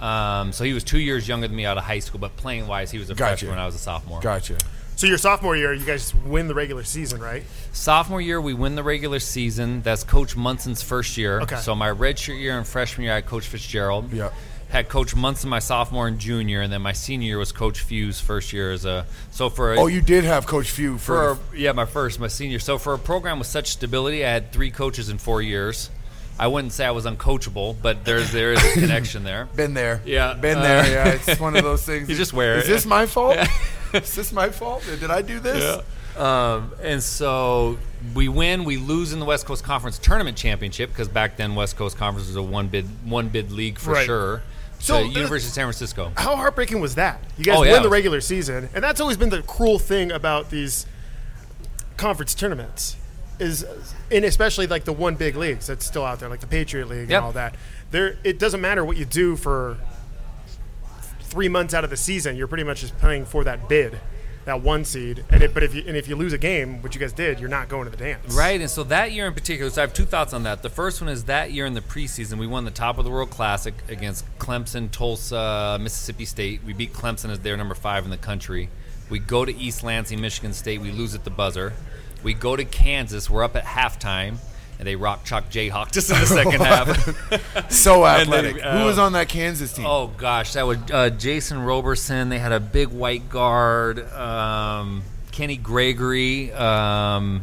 S8: Um, so he was two years younger than me out of high school, but playing wise, he was a
S7: Gotcha.
S8: freshman when I was a sophomore.
S7: Gotcha.
S4: So your sophomore year, you guys win the regular season, right?
S8: Sophomore year, we win the regular season. That's Coach Munson's first year.
S4: Okay.
S8: So my redshirt year and freshman year, I had Coach Fitzgerald.
S7: Yeah.
S8: Had Coach Munson my sophomore and junior, and then my senior year was Coach Few's first year as a. So for a,
S7: Oh, you did have Coach Few
S8: for
S7: for.
S8: a, yeah my first my senior. So for a program with such stability, I had three coaches in four years. I wouldn't say I was uncoachable, but there's there is a connection there.
S7: Been there.
S8: Yeah.
S7: Been
S8: Uh,
S7: there. Yeah. It's one of those things.
S8: You just wear
S7: Is
S8: it.
S7: this my fault? Is this my fault? Did I do this?
S8: Um, and so we win, we lose in the West Coast Conference Tournament Championship because back then West Coast Conference was a one bid one bid league for
S4: Right.
S8: sure.
S4: So,
S8: So University of San Francisco.
S4: How heartbreaking was that? You guys
S8: Oh, yeah.
S4: win the regular season, and that's always been the cruel thing about these conference tournaments, is and especially like the one big leagues that's still out there, like the Patriot League
S8: Yep.
S4: and all that. There, it doesn't matter what you do for three months out of the season; you're pretty much just playing for that bid, that one seed. And it, but if you and if you lose a game, which you guys did, you're not going to the dance.
S8: Right, and so that year in particular, so I have two thoughts on that. The first one is that year in the preseason, we won the top of the world classic against Clemson, Tulsa, Mississippi State. We beat Clemson as their number five in the country. We go to East Lansing, Michigan State. We lose at the buzzer. We go to Kansas. We're up at halftime, and they rock chalk Jayhawk just in the second half.
S7: So
S8: And they,
S7: athletic. Who was
S8: uh,
S7: on that Kansas team?
S8: Oh gosh, that would uh, Jason Roberson. They had a big white guard. Um, Kenny Gregory. Um,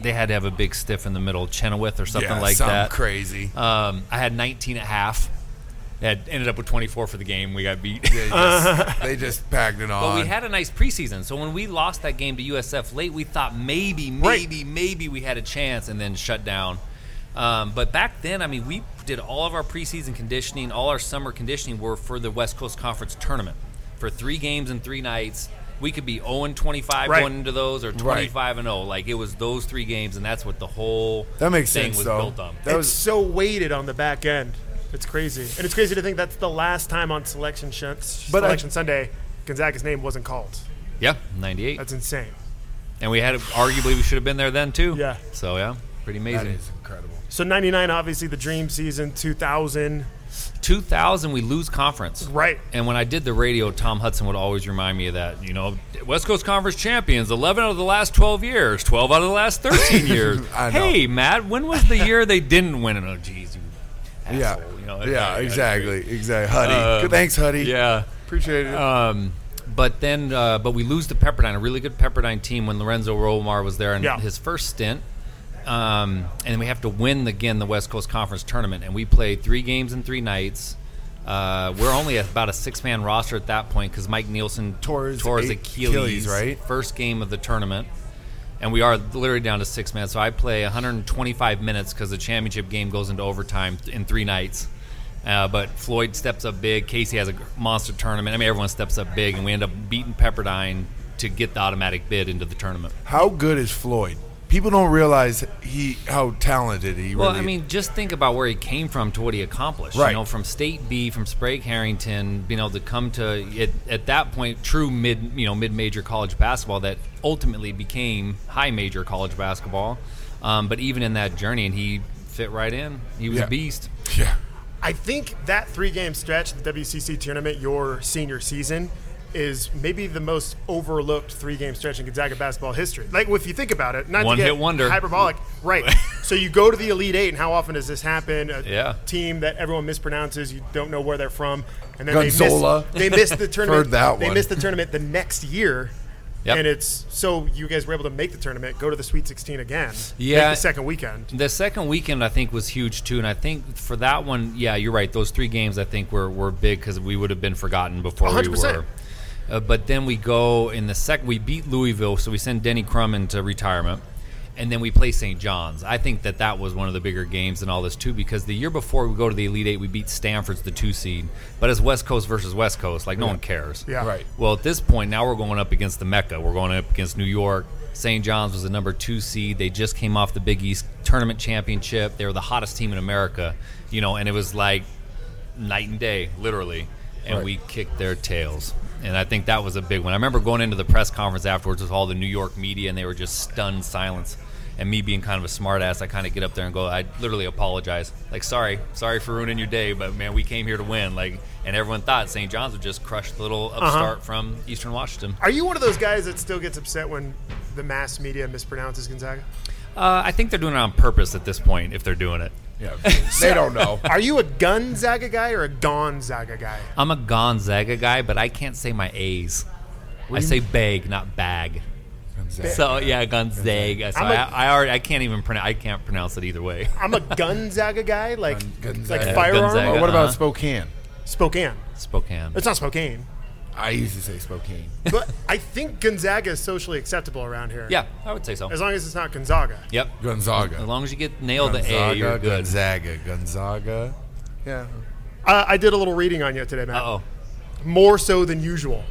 S8: they had to have a big stiff in the middle, Chenoweth or something
S7: Yeah,
S8: like
S7: something
S8: that.
S7: crazy.
S8: Um, I had 19 at half. That ended up with 24 for the game. We got beat.
S7: They just, they just packed it on.
S8: But we had a nice preseason. So when we lost that game to USF late, we thought maybe, maybe, maybe we had a chance and then shut down. Um, but back then, I mean, we did all of our preseason conditioning, all our summer conditioning were for the West Coast Conference tournament for three games and three nights. We could be 0 and 25
S4: Right.
S8: going into those or 25 and 0. Like it was those three games, and that's what the whole
S7: That makes
S8: thing
S7: sense,
S8: was
S7: though.
S8: built on.
S7: That
S4: it's
S7: was-
S4: so weighted on the back end. It's crazy, and it's crazy to think that's the last time on selection sh- selection Sunday Gonzaga's name wasn't called.
S8: Yeah, 98.
S4: That's insane.
S8: and we had arguably we should have been there then too.
S4: Yeah.
S8: So yeah, pretty
S7: that
S8: amazing.
S7: is incredible.
S4: So '99, obviously the dream season. 2000,
S8: 2000 we lose conference
S4: Right.
S8: and when i did the radio tom hudson would always remind me of that you know west coast conference champions 11 out of the last 12 years 12 out of the last 13 years
S7: I know.
S8: hey matt when was the year they didn't win it oh geez you asshole.
S7: yeah.
S8: you know,
S7: yeah.
S8: it's-
S7: Exactly. Exactly. Huddy.
S8: Um,
S7: Good- Thanks, Huddy.
S8: yeah
S7: Appreciate it.
S8: um, but then, uh, but we lose to Pepperdine, a really good Pepperdine team when Lorenzo Romar was there in
S4: Yeah.
S8: his first stint. Um, and we have to win again the West Coast Conference tournament, and we play three games in three nights. Uh, we're only at about a six-man roster at that point because Mike Nielsen
S7: Tore his a-
S8: Achilles,
S7: Achilles, right?
S8: First game of the tournament, and we are literally down to six man. So I play 125 minutes because the championship game goes into overtime th- in three nights. Uh, but Floyd steps up big. Casey has a gr- monster tournament. I mean, everyone steps up big, and we end up beating Pepperdine to get the automatic bid into the tournament.
S7: how good is Floyd? People don't realize he how talented he
S8: Well,
S7: really.
S8: I mean, just think about where he came from to what he accomplished.
S7: Right.
S8: You know, from State B, from Sprague Harrington, being able to come to at, at that point true mid, you know, mid-major college basketball that ultimately became high-major college basketball. Um, but even in that journey, and he fit right in. He was
S7: Yeah.
S8: a beast.
S7: yeah.
S4: I think that three-game stretch of the WCC tournament, your senior season, is maybe the most overlooked three-game stretch in Gonzaga basketball history. Like, if you think about it, not to
S8: One-hit
S4: get
S8: wonder.
S4: hyperbolic, right? so you go to the Elite Eight, and how often does this happen? A
S8: Yeah.
S4: team that everyone mispronounces, you don't know where they're from, and then
S7: Gonzola.
S4: they miss, they miss the tournament.
S7: Heard that
S4: they
S7: one.
S4: miss the tournament the next year.
S8: Yep.
S4: And it's so you guys were able to make the tournament, go to the Sweet 16 again. make
S8: Yeah.
S4: the second weekend.
S8: The second weekend, I think, was huge too, and I think for that one, yeah, you're right. Those three games, I think, were were big because we would have been forgotten before we
S4: 100%.
S8: were. Uh, but then we go in the second, we beat Louisville, so we send Denny Crum into retirement, and then we play St. John's. I think that that was one of the bigger games and all this too, because the year before we go to the Elite Eight, we beat Stanford's the two seed, but it's West Coast versus West Coast, like no
S9: Yeah.
S8: one cares.
S9: Yeah. Right.
S8: Well, at this point, now we're going up against the Mecca. We're going up against New York. St. John's was the number two seed. They just came off the Big East tournament championship. They were the hottest team in America, you know, and it was like night and day, literally. And
S10: Right.
S8: we kicked their tails. And I think that was a big one. I remember going into the press conference afterwards with all the New York media, and they were just stunned silence. And me being kind of a smartass, I kind of get up there and go, I literally apologize. Like, sorry, sorry for ruining your day, but man, we came here to win. Like, and everyone thought St. John's would just crush the little
S4: Uh-huh.
S8: upstart from Eastern Washington.
S4: Are you one of those guys that still gets upset when the mass media mispronounces Gonzaga?
S8: Uh, I think they're doing it on purpose at this point, if they're doing it.
S7: Yeah,
S4: So, Are you a Gonzaga guy or a Gonzaga guy?
S8: I'm a Gonzaga guy, but I can't say my A's.
S4: What
S8: I
S4: do you
S8: say
S4: mean?
S8: bag, not bag.
S4: Gonzaga.
S8: So yeah, Gonzaga. So
S4: I'm a-
S8: I I already I can't even pronounce I can't pronounce it either way.
S4: I'm a Gonzaga guy, like
S8: Gonzaga.
S4: like firearm.
S8: Gonzaga, Or what about uh-huh.
S7: Spokane?
S4: Spokane.
S8: Spokane.
S4: It's not Spokane.
S7: I used to say Spokane.
S4: but I think Gonzaga is socially acceptable around here.
S8: Yeah, I would say so.
S4: As long as it's not Gonzaga.
S8: Yep.
S7: Gonzaga.
S8: As long as you get nailed the A,
S7: Gonzaga,
S8: you're good.
S7: Gonzaga, Gonzaga. Yeah.
S4: Uh, I did a little reading on you today, Matt.
S8: Oh,
S4: more so than usual.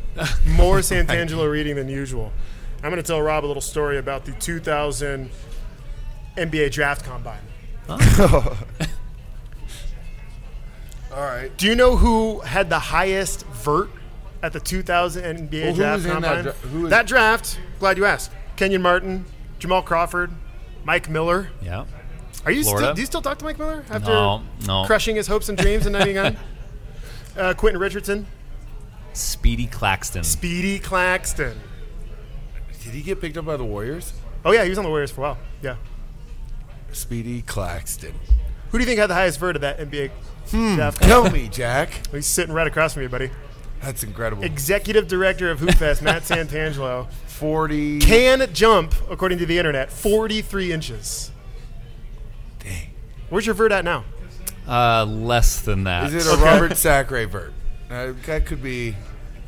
S4: More Santangelo reading than usual. I'm going to tell Rob a little story about the 2000 NBA Draft Combine.
S7: Oh. All right.
S4: Do you know who had the highest vert at the 2000 NBA
S7: Well, who
S4: Draft
S7: was in that
S4: Combine?
S7: dra- who is-
S4: that draft, glad you asked. Kenyon Martin, Jamal Crawford, Mike Miller.
S8: Yeah.
S4: Are you
S8: Florida.
S4: still, do you still talk to Mike Miller after
S8: No, no.
S4: crushing his hopes and dreams in 99? uh, Quentin Richardson,
S8: Speedy Claxton.
S4: Speedy Claxton.
S7: Did he get picked up by the Warriors?
S4: Oh yeah, he was on the Warriors for a while. Yeah.
S7: Speedy Claxton.
S4: Who do you think had the highest vert of that NBA?
S7: Hmm,
S4: draft?
S7: tell me, Jack.
S4: He's sitting right across from you, buddy.
S7: That's incredible.
S4: Executive director of Hoopfest, Matt Santangelo.
S7: 40.
S4: Can jump, according to the internet, 43 inches. Dang. Where's your vert at now?
S8: Uh, less than that.
S7: Is it a Robert Sacre vert? Uh, that could be.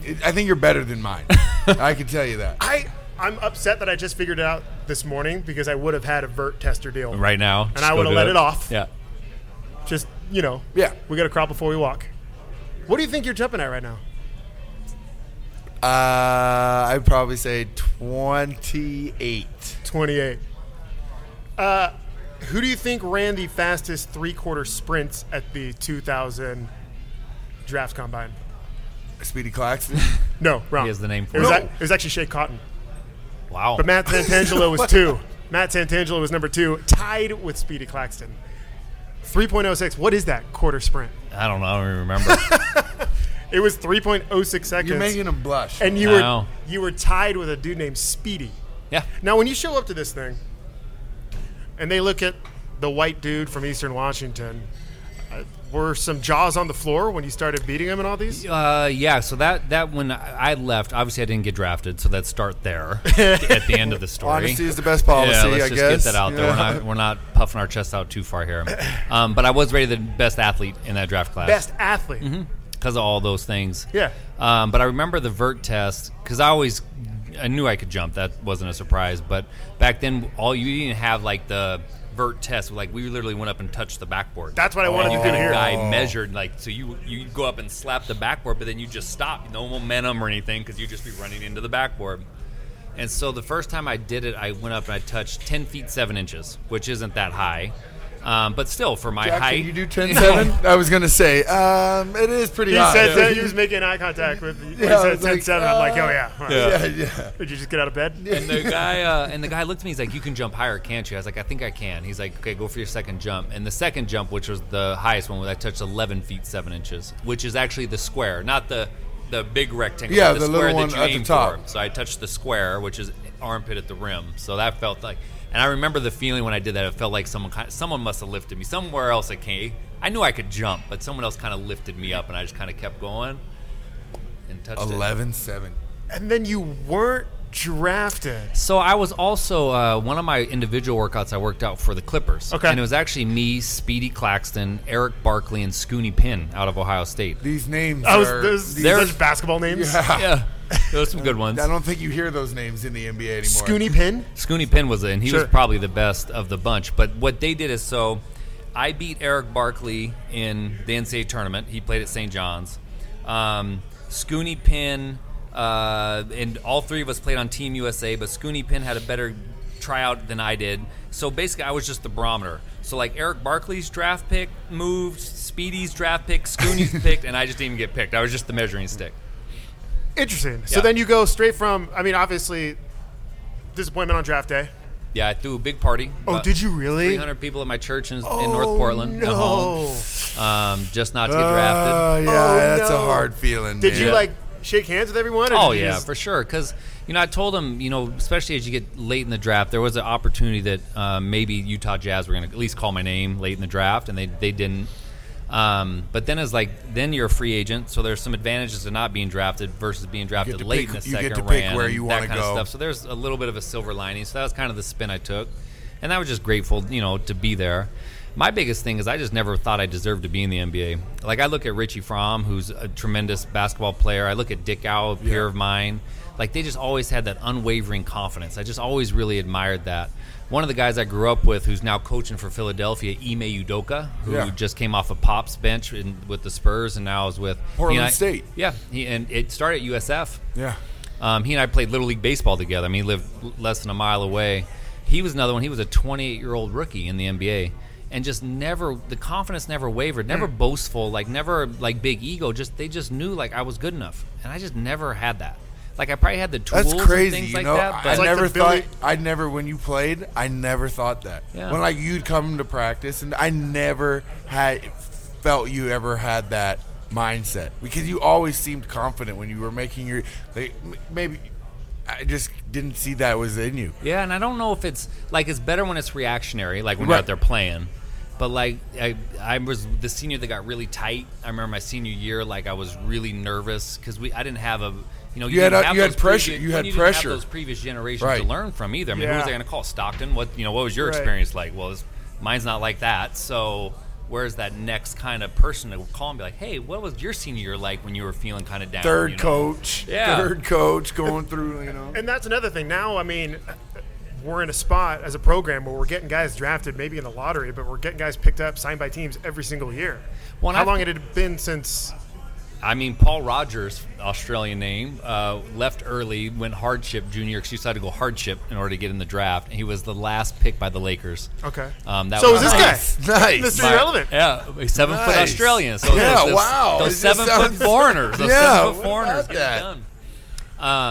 S7: It, I think you're better than mine. I can tell you that.
S4: I, I'm upset that I just figured it out this morning because I would have had a vert tester deal.
S8: right now?
S4: And
S8: Just
S4: I
S8: go
S4: would have
S8: do
S4: let it off.
S8: Yeah.
S4: Just, you know.
S7: Yeah.
S4: We got to crop before we walk. What do you think you're jumping at right now?
S7: Uh, I'd probably say 28.
S4: 28. Uh, who do you think ran the fastest three quarter sprints at the 2000 draft combine?
S7: Speedy Claxton?
S4: No, wrong.
S8: He has the name for
S4: It was,
S8: it.
S4: ac- it was actually Shea Cotton.
S8: Wow.
S4: But Matt Santangelo was two. Matt Santangelo was number two, tied with Speedy Claxton. 3.06. What is that quarter sprint?
S8: I don't know. I don't even remember.
S4: It was 3.06 seconds.
S7: You're making him blush.
S4: And you
S8: I
S4: were
S8: know.
S4: you were tied with a dude named Speedy.
S8: Yeah.
S4: Now when you show up to this thing and they look at the white dude from Eastern Washington, uh, were some jaws on the floor when you started beating him and all these?
S8: Uh, yeah. So that that when I I left, obviously I didn't get drafted. So let's start there at the end of the story.
S7: Honesty is the best policy,
S8: Yeah, let's
S7: I
S8: just
S7: guess.
S8: get that out there. We're
S7: Yeah.
S8: not we're not puffing our chest out too far here. Um, but I was rated the best athlete in that draft class.
S4: Best athlete.
S8: mm-hmm. because of all those things.
S4: Yeah.
S8: Um, but I remember the vert test because I always I knew I could jump. That wasn't a surprise. But back then, all you didn't have like the vert test. Like we literally went up and touched the backboard.
S4: That's what I wanted
S8: And
S4: to
S8: you
S4: do
S8: had a
S4: here.
S7: Oh.
S8: Guy measured like so you you go up and slap the backboard, but then you just stop. No momentum or anything because you just be running into the backboard. And so the first time I did it, I went up and I touched ten feet seven inches, which isn't that high, um, but still for my
S7: Jack,
S8: height.
S7: Can you do 10 7? I was going to say, um, it is pretty
S4: He
S7: high.
S4: said that he was making eye contact with you.
S7: Yeah, I
S4: he said
S7: was
S4: 10
S7: like,
S4: 7. I'm like,
S7: uh,
S4: oh, yeah. all right.
S7: Yeah, yeah.
S4: Did you just get out of bed?
S8: And the guy uh, and the guy looked at me. He's like, "You can jump higher, can't you?" I was like, "I think I can." He's like, "Okay, go for your second jump." And the second jump, which was the highest one, was I touched 11 feet 7 inches, which is actually the square, not the the big rectangle.
S7: Yeah,
S8: but
S7: the
S8: square
S7: little one
S8: that you
S7: at the
S8: aim
S7: top.
S8: For. So I touched the square, which is armpit at the rim. So that felt like, and I remember the feeling when I did that. It felt like someone kind someone must have lifted me somewhere else. I can't. I knew I could jump, but someone else kind of lifted me up, and I just kind of kept going and touched it.
S7: 11 7.
S4: And then you weren't drafted.
S8: So I was also uh, one of my individual workouts. I worked out for the Clippers.
S4: Okay.
S8: and it was actually me, Speedy Claxton, Eric Barkley, and Scooney Pinn out of Ohio State.
S7: These names
S4: I was,
S7: are.
S4: those,
S7: these-
S4: those basketball names?
S7: Yeah.
S8: Yeah. Those are some good ones.
S7: I don't think you hear those names in the NBA anymore.
S4: Scooney Pin?
S8: Scooney Pin was in. He
S4: Sure.
S8: was probably the best of the bunch. But what they did is so I beat Eric Barkley in the NCAA tournament. He played at St. John's. Um, Scooney Pin, uh, and all three of us played on Team USA, but Scooney Pin had a better tryout than I did. So basically, I was just the barometer. So like Eric Barkley's draft pick moved, Speedy's draft pick, Scooney's picked, and I just didn't even get picked. I was just the measuring stick.
S4: Interesting. So
S8: Yeah.
S4: then you go straight from, I mean, obviously, disappointment on draft day.
S8: Yeah, I threw a big party.
S4: Oh,
S8: About
S4: did you really?
S8: 300 people at my church in, in
S4: Oh,
S8: North Portland at home. Um, just not to
S7: Uh,
S8: get drafted.
S7: yeah, that's a hard feeling.
S4: Did you
S8: man.
S4: like shake hands with everyone? or
S8: Oh
S4: did you
S8: yeah,
S4: just-
S8: for sure. Because you know, I told him, you know, especially as you get late in the draft, there was an opportunity that uh, maybe Utah Jazz were going to at least call my name late in the draft, and they they didn't. Um, but then as like then you're a free agent, so there's some advantages to not being drafted versus being drafted
S7: to
S8: late
S7: pick-
S8: in the
S7: you get
S8: second
S7: to pick
S8: round,
S7: where
S8: and
S7: you
S8: that
S7: wanna
S8: kind of
S7: go.
S8: stuff. So there's a little bit of a silver lining. So that was kind of the spin I took, and I was just grateful, you know, to be there. My biggest thing is I just never thought I deserved to be in the NBA. Like I look at Richie Fromm, who's a tremendous basketball player. I look at Dick Owl, a peer of mine. Like they just always had that unwavering confidence. I just always really admired that. One of the guys I grew up with, who's now coaching for Philadelphia, Ime Udoka, who
S7: Yeah.
S8: just came off a Pops bench in, with the Spurs, and now is with
S7: Portland
S8: he and I-
S7: State.
S8: Yeah, he, and it started at USF.
S7: Yeah.
S8: Um, he and I played Little League Baseball together. I mean, he lived l- less than a mile away. He was another one. He was a 28 year old rookie in the NBA and just never, the confidence never wavered, never
S7: Hmm.
S8: boastful, like never like big ego. Just, they just knew like I was good enough. And I just never had that. Like I probably had the tools
S7: That's
S8: and
S7: crazy.
S8: things
S7: you
S8: like
S7: know,
S8: that.
S7: Oh, I
S8: But
S7: never
S8: Billy-
S7: thought. I never when you played. I never thought that.
S8: Yeah.
S7: When like you'd come to practice, and I never had felt you ever had that mindset because you always seemed confident when you were making your. Like, m- maybe I just didn't see that was in you.
S8: Yeah, and I don't know if it's like it's better when it's reactionary, like when
S7: Right.
S8: you're out there playing. But like I, I was the senior that got really tight. I remember my senior year, like I was really nervous because we I didn't have a you know
S7: You had
S8: didn't
S7: a-
S8: have
S7: you had
S8: those
S7: pressure.
S8: previous-
S7: You
S8: when
S7: had
S8: didn't have
S7: pressure.
S8: those previous generations
S7: Right.
S8: to learn from either. I mean, who
S7: Yeah.
S8: was I going to call Stockton? What you know? What was your
S7: Right.
S8: experience like? Well, it's, mine's not like that. So where's that next kind of person to call and be like, hey, what was your senior year like when you were feeling kind of down?
S7: Third
S8: you know?
S7: coach.
S8: Yeah.
S7: Third coach going through. You know.
S4: And that's another thing. Now, I mean, we're in a spot as a program where we're getting guys drafted, maybe in the lottery, but we're getting guys picked up, signed by teams every single year.
S8: Well, and
S4: How
S8: I
S4: long
S8: think-
S4: had it been since?
S8: I mean, Paul Rogers, Australian name, uh, left early, went hardship junior because he decided to go hardship in order to get in the draft. And he was the last pick by the Lakers.
S4: Okay.
S8: Um, that
S4: so
S8: was
S4: was this
S8: nice.
S4: guy?
S7: Nice.
S4: Mr.
S8: My-
S4: Irrelevant.
S8: Yeah, a seven foot
S7: Nice.
S8: Australian. So
S7: Yeah,
S8: those, those,
S7: wow. It
S8: Those
S7: just
S8: seven foot
S7: sounds-
S8: foreigners. Those
S7: Yeah,
S8: seven
S7: what
S8: foot foreigners.
S7: about
S8: Get it
S7: that?
S8: done.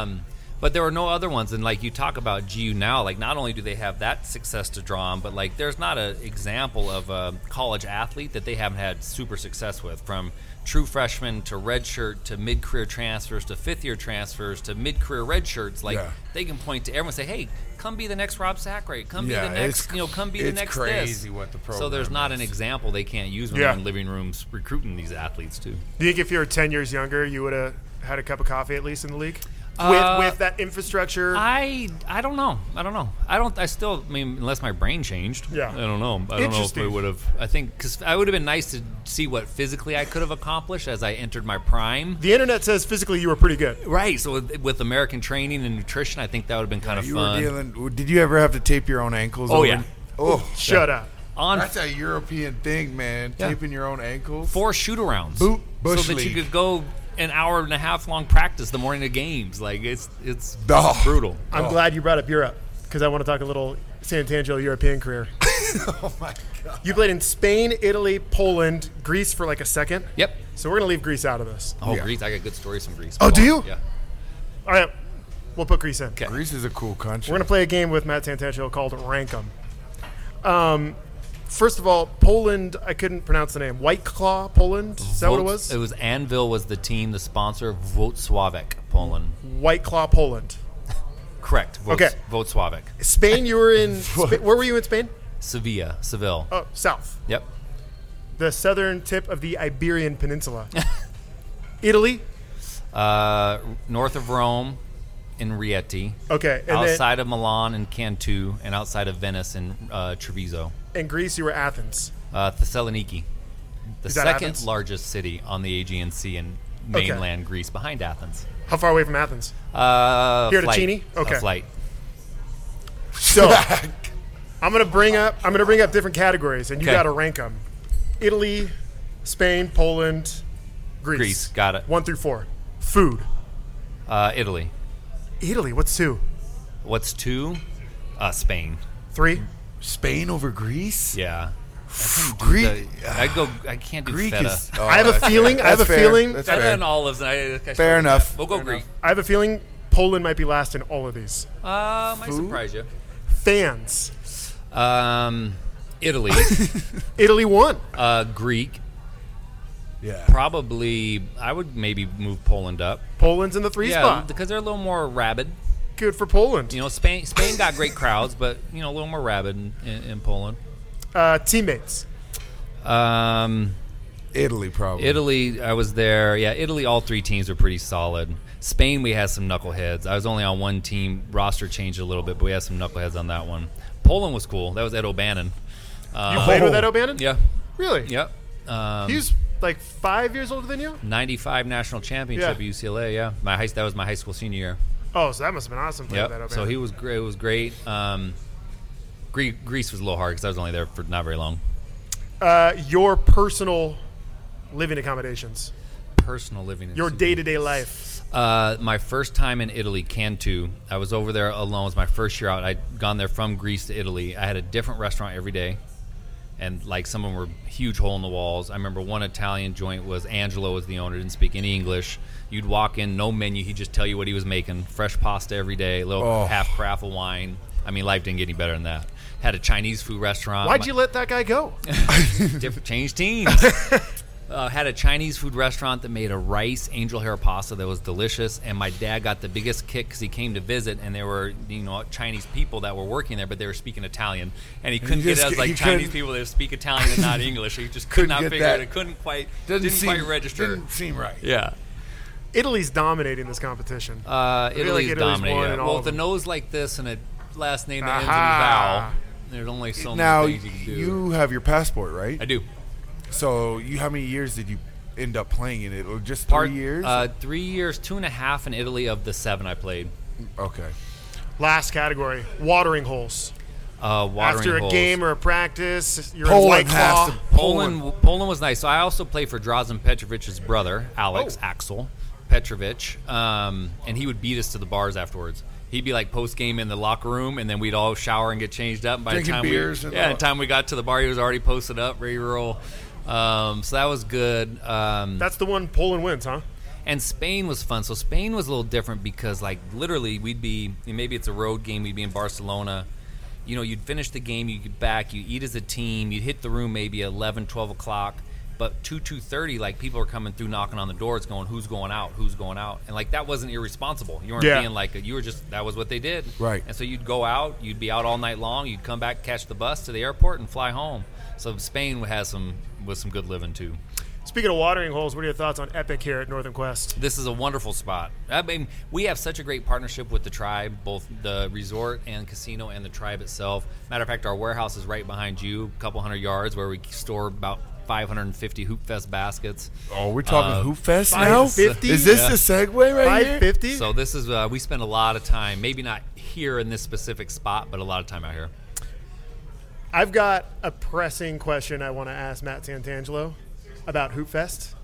S8: Um, but there were no other ones, and like you talk about GU now, like not only do they have that success to draw on, but like there's not an example of a college athlete that they haven't had super success with, from true freshmen to redshirt to mid-career transfers to fifth-year transfers to mid-career redshirts. Like
S7: Yeah.
S8: they can point to everyone and say, "Hey, come be the next Rob Sacre. Come
S7: Yeah,
S8: be the next,
S7: it's-
S8: you know, come be the
S7: it's
S8: next."
S7: crazy
S8: this."
S7: what the
S8: So there's
S7: program
S8: not an
S7: is.
S8: example they can't use when
S4: Yeah.
S8: they're in living rooms recruiting these athletes too.
S4: Do you think if you were ten years younger, you would have had a cup of coffee at least in the league?
S8: Uh,
S4: with with that infrastructure,
S8: I I don't know. I don't know. I don't. I still. I mean, unless my brain changed.
S4: Yeah.
S8: I don't know. I don't know if I
S4: Interesting.
S8: would have. I think because I would have been nice to see what physically I could have accomplished as I entered my prime.
S4: the internet says physically you were pretty good.
S8: Right. So with, with American training and nutrition, I think that would have been kind of
S7: You
S8: fun.
S7: were dealing. Did you ever have to tape your own ankles?
S8: Oh,
S7: over?
S8: yeah.
S7: Oh.
S4: Shut up.
S8: On
S7: That's a European thing, man.
S8: Yeah.
S7: Taping your own ankles.
S8: four shoot arounds.
S7: Boot
S8: so
S7: Bush
S8: that
S7: League.
S8: you could go an hour and a half long practice the morning of games. Like it's it's
S7: Oh.
S8: brutal.
S4: I'm glad you brought up Europe because I want to talk a little Santangelo European career. oh my god! You played in Spain, Italy, Poland, Greece for like a second.
S8: Yep.
S4: So we're gonna leave Greece out of this.
S8: Oh, Greece! I got good stories from Greece.
S7: Oh, do you?
S8: Yeah.
S4: All right, we'll put Greece in.
S7: Greece is a cool country.
S4: We're gonna play a game with Matt Santangelo called Rank 'em. Um, first of all, Poland. I couldn't pronounce the name. White Claw, Poland. Is that what it
S8: Volts-
S4: was?
S8: It was Anvil was the team, the sponsor. Votswavek, Poland.
S4: White Claw, Poland.
S8: Correct. Votes,
S4: Okay.
S8: Votswavek.
S4: Spain. You were in. Spa- where were you in Spain?
S8: Sevilla, Seville.
S4: Oh, south.
S8: Yep.
S4: The southern tip of the Iberian Peninsula. Italy.
S8: Uh, north of Rome, in Rieti.
S4: Okay, and then-
S8: outside of Milan in Cantu, and outside of Venice in uh, Treviso.
S4: In Greece, you were Athens.
S8: Uh, Thessaloniki, the
S4: Is that
S8: second
S4: Athens?
S8: largest city on the Aegean Sea and
S4: Okay.
S8: mainland Greece, behind Athens.
S4: How far away from Athens?
S8: Uh,
S4: Here to
S8: flight,
S4: Chini?
S8: A
S4: Okay.
S8: flight.
S4: So I'm gonna bring up I'm gonna bring up different categories, and you
S8: Okay.
S4: got to rank them: Italy, Spain, Poland, Greece.
S8: Greece, got it.
S4: One through four. Food.
S8: Uh, Italy.
S4: Italy. What's two?
S8: What's two? Uh, Spain.
S4: Three.
S6: Spain over Greece?
S8: Yeah. I couldn't do
S6: Greek-
S8: the- I go. I can't do
S6: Greek
S8: feta.
S6: is-
S4: I have a feeling. I have a feeling.
S8: Oh, That's better than olives. And I, I should-
S6: Fair enough.
S8: We'll go Greek.
S4: I have a feeling Poland might be last in all of these.
S8: Uh, might surprise you.
S4: Fans.
S8: Um, Italy,
S4: Italy won.
S8: uh, Greek.
S6: Yeah.
S8: Probably, I would maybe move Poland up.
S4: Poland's in the three
S8: yeah,
S4: spot.
S8: because they're a little more rabid.
S4: Good for Poland.
S8: You know, Spain Spain got great crowds, but you know, a little more rabid in, in, in Poland.
S4: Uh, teammates.
S8: Um,
S6: Italy, probably.
S8: Italy, I was there. Yeah, Italy. All three teams were pretty solid. Spain, we had some knuckleheads. I was only on one team. Roster changed a little bit, but we had some knuckleheads on that one. Poland was cool. That was Ed O'Bannon.
S4: You
S8: Uh,
S4: played with Ed O'Bannon?
S8: yeah.
S4: Really?
S8: Yep. Um,
S4: He's like five years older than you.
S8: 95 national championship at UCLA. Yeah, my high that was my high school senior year.
S4: Oh, so that must have been awesome. playing with Ed
S8: Yep.
S4: O'Bannon.
S8: So he was great. It was great. Um, Gre- Greece was a little hard because I was only there for not very long.
S4: uh, your personal living accommodations,
S8: Personal living. is
S4: your
S8: super-
S4: day to day life.
S8: Uh, my first time in Italy, Cantu. I was over there alone. It was my first year out. I'd gone there from Greece to Italy. I had a different restaurant every day, and like some of them were huge hole in the walls. I remember one Italian joint was Angelo was the owner. Didn't speak any English. You'd walk in, no menu. He'd just tell you what he was making. Fresh pasta every day. A little
S6: Oh.
S8: half carafe of wine. I mean, life didn't get any better than that. Had a Chinese food restaurant.
S4: Why'd
S8: uh, My-
S4: you let that guy go?
S8: different change teams. uh, had a Chinese food restaurant that made a rice angel hair pasta that was delicious, and my dad got the biggest kick because he came to visit, and there were you know Chinese people that were working there, but they were speaking Italian, and he couldn't
S6: you
S8: get
S6: just
S8: it as
S6: ca-
S8: like
S6: you
S8: Chinese
S6: couldn't-
S8: people that speak Italian and not English. He just could
S6: Couldn't
S8: not
S6: get
S8: figure
S6: that.
S8: it. It couldn't quite
S6: Doesn't
S8: didn't
S6: seem,
S8: quite register.
S6: Didn't seem right.
S8: yeah.
S4: Italy's dominating this competition.
S8: Uh,
S4: I feel like
S8: Italy's
S4: Italy's
S8: dominated.
S4: won in all
S8: well,
S4: of
S8: with a
S4: them.
S8: nose like this and a last name
S4: Aha.
S8: that ends in a vowel, there's only so
S6: now
S8: many things you can do.
S6: you have your passport, right?
S8: I do.
S6: So you, how many years did you end up playing in it? Or Just
S8: Part-
S6: three years?
S8: Uh, three years, two and a half in Italy of the seven I played.
S6: okay.
S4: Last category: watering holes.
S8: Uh, watering
S4: After a
S8: holes.
S4: game or a practice, you're in White
S6: Poland
S4: Claw.
S6: has to.
S8: Poland, Poland, was nice. So I also played for Drazen Petrovic's brother, Alex
S6: Oh.
S8: Axel Petrovic, um, and he would beat us to the bars afterwards. He'd be like post game in the locker room, and then we'd all shower and get changed up. And by
S6: Drinking
S8: the time
S6: beers
S8: we,
S6: and
S8: yeah,
S6: all.
S8: the time we got to the bar, he was already posted up, ready to roll. Um, so that was good. Um,
S4: That's the one Poland wins, huh?
S8: And Spain was fun. So Spain was a little different because, like, literally, we'd be maybe it's a road game. We'd be in Barcelona. You know, you'd finish the game, you get back, you eat as a team, you'd hit the room maybe 11, 12 o'clock. But 2, 2.30, like, people are coming through knocking on the doors going, who's going out, who's going out? And, like, that wasn't irresponsible. You weren't
S4: Yeah.
S8: being like, you were just, that was what they did.
S6: Right.
S8: And so you'd go out, you'd be out all night long, you'd come back, catch the bus to the airport, and fly home. So Spain has some, was some good living, too.
S4: Speaking of watering holes, what are your thoughts on Epic here at Northern Quest?
S8: This is a wonderful spot. I mean, we have such a great partnership with the tribe, both the resort and casino and the tribe itself. Matter of fact, our warehouse is right behind you, a couple hundred yards, where we store about 550 Hoop Fest baskets.
S6: Oh, we're talking
S8: Uh,
S6: Hoop Fest now?
S4: 550?
S6: Is this
S8: Yeah.
S6: the segue right
S4: Five
S6: here?
S4: fifty.
S8: So this is uh, we spend a lot of time, maybe not here in this specific spot, but a lot of time out here.
S4: I've got a pressing question I want to ask Matt Santangelo about Hoopfest.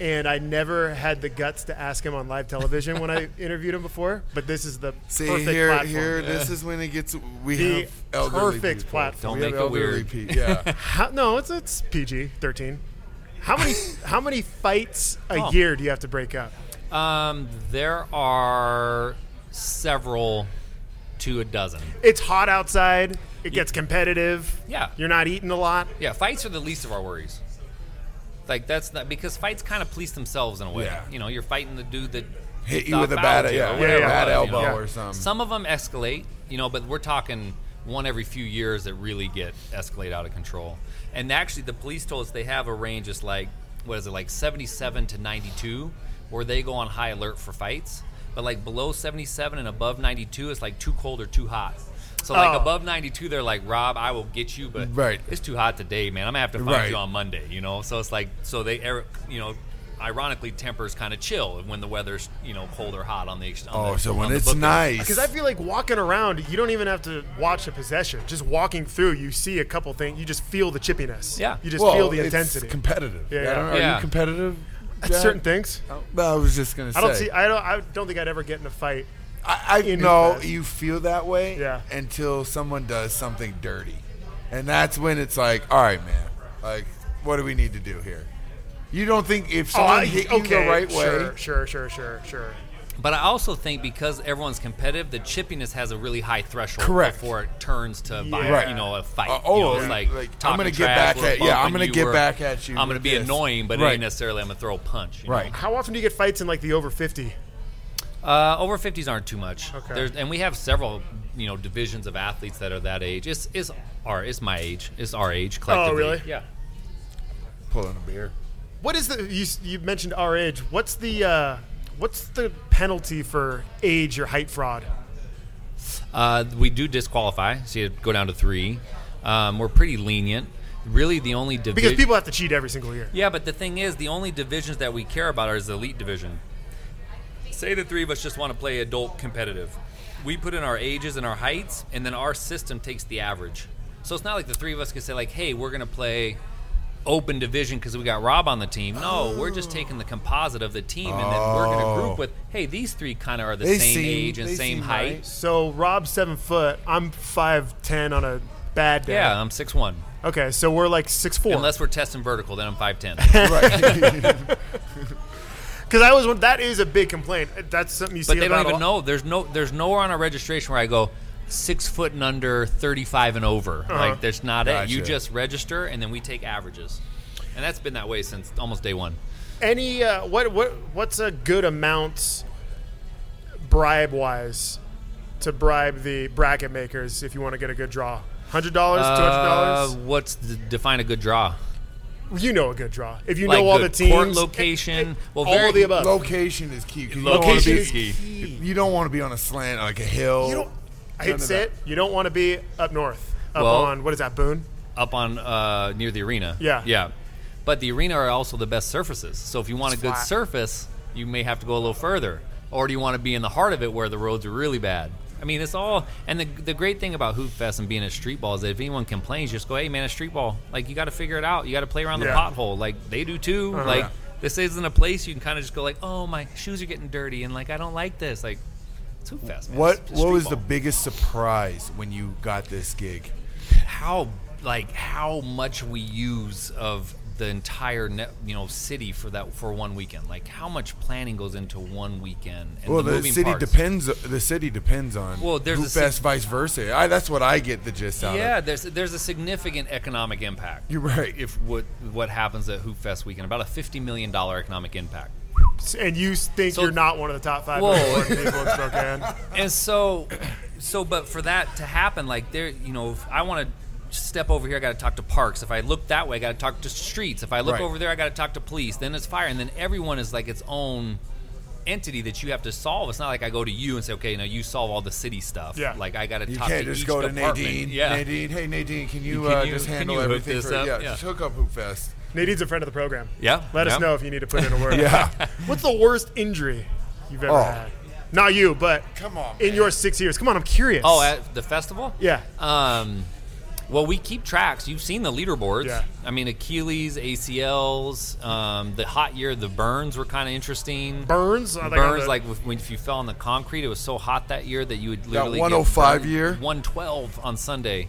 S4: And I never had the guts to ask him on live television when I interviewed him before, but this is the
S6: See,
S4: perfect
S6: here,
S4: platform.
S6: here, this is when it gets. We
S4: The
S6: have elderly
S4: perfect
S6: people.
S4: platform.
S6: We
S8: Don't
S6: have
S8: make it
S6: elderly
S8: weird.
S6: people, Yeah.
S4: How, no, it's it's PG thirteen. How many how many fights a
S8: Oh.
S4: year do you have to break up?
S8: Um, there are several to a dozen.
S4: It's hot outside. It gets competitive.
S8: Yeah.
S4: you're not eating a lot.
S8: Yeah, fights are the least of our worries. Like that's not because fights kind of police themselves in a way.
S6: Yeah.
S8: You know, you're fighting the dude that
S6: Hit you
S8: knocked
S6: with a
S8: out
S6: bad,
S8: you or
S6: yeah,
S4: yeah,
S8: whatever it
S6: bad
S8: was, you
S6: elbow
S8: know.
S6: or something.
S8: Some of them escalate, you know, but we're talking one every few years that really get escalate out of control. And actually, the police told us they have a range is like what is it like 77 to 92, where they go on high alert for fights. But like below 77 and above 92, it's like too cold or too hot. So like
S4: Oh.
S8: above 92, they're like Rob, I will get you, but
S6: Right.
S8: it's too hot today, man. I'm gonna have to find
S6: Right.
S8: you on Monday, you know. So it's like so they, er- you know, ironically tempers kind of chill when the weather's you know cold or hot on the. On
S7: Oh,
S8: the,
S7: so
S8: on
S7: when
S8: the
S7: it's
S8: book.
S7: nice,
S4: Because I feel like walking around, you don't even have to watch a possession. Just walking through, you see a couple things. You just feel the chippiness.
S7: Yeah.
S4: You just
S7: Well,
S4: feel the
S7: it's
S4: intensity.
S7: competitive.
S4: Yeah.
S7: I don't know, are you Yeah. competitive?
S4: At
S7: Jack?
S4: certain things.
S7: Oh, well, I was just gonna
S4: I don't
S7: say.
S4: see. I don't. I don't think I'd ever get in a fight.
S7: I
S4: in
S7: know
S4: Budapest.
S7: you feel that way until someone does something dirty. And that's when it's like, all right, man, like, what do we need to do here? You don't think if
S4: Oh,
S7: someone
S4: I-
S7: hit you
S4: okay,
S7: the right
S4: sure,
S7: way,
S4: Sure, sure, sure, sure.
S8: But I also think because everyone's competitive, the chippiness has a really high threshold
S7: Correct.
S8: before it turns to
S7: Yeah.
S8: violent,
S7: Right.
S8: you know a fight.
S7: Uh,
S8: You
S7: oh,
S8: know, it's
S7: yeah.
S8: like,
S7: Like, I'm
S8: talking
S7: gonna get
S8: trash,
S7: back
S8: little
S7: at- yeah,
S8: bump,
S7: I'm
S8: and
S7: gonna
S8: you
S7: get
S8: were-
S7: back at you
S8: I'm gonna
S7: with
S8: be
S7: this.
S8: annoying, but it
S7: Right.
S8: ain't necessarily I'm gonna throw a punch. you know?
S4: How often do you get fights in like the over fifty?
S8: Uh, over fifties aren't too much.
S4: Okay.
S8: There's, and we have several, you know, divisions of athletes that are that age. It's it's our it's my age. It's our age collectively.
S4: Oh, really?
S8: Yeah.
S7: Pulling a beer.
S4: What is the you, s- you mentioned our age? What's the uh, what's the penalty for age or height fraud?
S8: Uh, we do disqualify, so you go down to three. Um, we're pretty lenient. Really, the only division
S4: Because people have to cheat every single year.
S8: Yeah, but the thing is, the only divisions that we care about are the elite division. Say the three of us just want to play adult competitive. We put in our ages and our heights, and then our system takes the average. So it's not like the three of us can say like, "Hey, we're gonna play open division because we got Rob on the team." No, we're just taking the composite of the team, and then we're gonna
S7: Oh.
S8: group with, "Hey, these three kind of are the
S7: They
S8: same
S7: seem-
S8: age and
S7: they
S8: same
S7: seem
S8: height."
S4: So Rob's seven foot. I'm five ten on a bad day.
S8: Yeah, I'm six one.
S4: Okay, so we're like six four.
S8: Unless we're testing vertical, then I'm five ten.
S4: Because I was that is a big complaint. That's something you see.
S8: But they
S4: about
S8: don't even
S4: a-
S8: know. There's no. There's nowhere on our registration where I go six foot and under, thirty five and over.
S4: Uh-huh.
S8: Like there's not it. You
S4: Gotcha.
S8: just register and then we take averages, and that's been that way since almost day one.
S4: Any uh, what what what's a good amount bribe wise to bribe the bracket makers if you want to get a good draw? Hundred dollars, two hundred dollars.
S8: Uh, what's the, define a good draw?
S4: you know a good draw if you
S8: Uh, like
S4: know all the
S8: good
S4: teams. eh,
S8: court location. well,
S4: all
S8: very,
S4: of the above.
S7: Location is key. 'cause you don't wanna
S8: Location
S7: be-
S8: is key.
S7: You don't want to be on a slant, like a hill.
S4: You don't- I
S7: None
S4: hate to
S7: of
S4: say
S7: that.
S4: it. You don't want to be up north, up
S8: Well-
S4: on what is that Boone?
S8: up on uh, near the arena.
S4: Yeah.
S8: yeah. But the arena are also the best surfaces. So if you want
S4: It's
S8: a good
S4: flat.
S8: surface, you may have to go a little further, or do you want to be in the heart of it where the roads are really bad? I mean, it's all. And the, the great thing about Hoop Fest and being a street ball is that if anyone complains, just go, hey man, a street ball. Like you got to figure it out. You got to play around
S4: Yeah.
S8: the pothole. Like they do too.
S4: Uh-huh.
S8: Like
S4: Yeah.
S8: this isn't a place you can kind of just go like, oh my shoes are getting dirty, and like I don't like this. Like it's Hoop Fest. Man.
S7: What
S8: It's- it's
S7: What
S8: street
S7: was
S8: ball.
S7: the biggest surprise when you got this gig?
S8: how like how much we use of the entire net, you know city for that for one weekend like how much planning goes into one weekend and
S7: well,
S8: the,
S7: the,
S8: moving
S7: city
S8: parts.
S7: depends. The city depends on.
S8: Well, there's
S7: who
S8: a
S7: best
S8: city-
S7: vice versa. I, that's what I get the gist out of.
S8: yeah there's there's a significant economic impact
S7: You're right.
S8: if what what happens at hoop fest weekend about a 50 million dollar economic impact
S4: And you think you're not one of the top five
S8: Whoa.
S4: most important people in Spokane?
S8: and so so but for that to happen like there you know if i want to step over here i got to talk to parks if i look that way i got to talk to streets if i look
S7: Right.
S8: over there i got to talk to police then it's fire and then everyone is like its own entity that you have to solve it's not like i go to you and say okay now you solve all the city stuff
S7: Yeah.
S8: like i got to
S7: You
S8: talk
S7: can't
S8: to
S7: just
S8: each
S7: go to
S8: department.
S7: Nadine.
S8: yeah
S7: Nadine, hey Nadine, can you,
S8: Can
S7: uh,
S8: you-
S7: just
S8: can
S7: handle
S8: you hook
S7: everything
S8: this
S7: for
S8: up?
S7: Yeah,
S8: Yeah.
S7: just hook up Hoop Fest.
S4: Nadine's a friend of the program.
S8: Yeah,
S4: Let
S8: yeah.
S4: us know if you need to put in a word.
S7: Yeah.
S4: What's the worst injury you've ever
S7: Oh.
S4: had? Not you, but
S7: come on.
S4: In your six years, come on. I'm curious.
S8: Oh, at the festival?
S4: Yeah.
S8: Um, well, we keep tracks. You've seen the leaderboards.
S4: Yeah.
S8: I mean, Achilles, ACLs, um, the hot year, the burns were kind of interesting.
S4: Burns? I think I
S8: burns,
S4: know.
S8: like if- when if you fell on the concrete, it was so hot that year that you would literally get
S7: 105
S8: burned
S7: year?
S8: 112 on Sunday.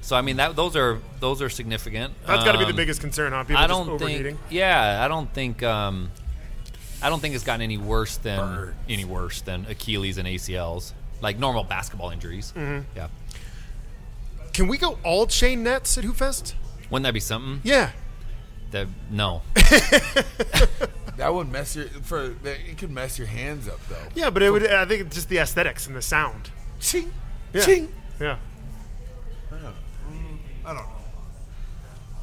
S8: So I mean, that those are those are significant.
S4: That's got to be the
S8: Um,
S4: biggest concern, huh? People just
S8: I don't
S4: overheating.
S8: think. Yeah, I don't think. Um, I don't think it's gotten any worse than any worse than Achilles and ACLs, like normal basketball injuries.
S4: Mhm.
S8: Yeah,
S4: Can we go all chain nets at Hoofest?
S8: wouldn't that be something?
S4: Yeah.
S8: That no.
S7: That would mess your for. It could mess your hands up though.
S4: Yeah, but it would. I think it's just the aesthetics and the sound.
S7: Ching,
S4: yeah.
S7: ching.
S4: Yeah.
S7: I don't know. Mm, I don't know.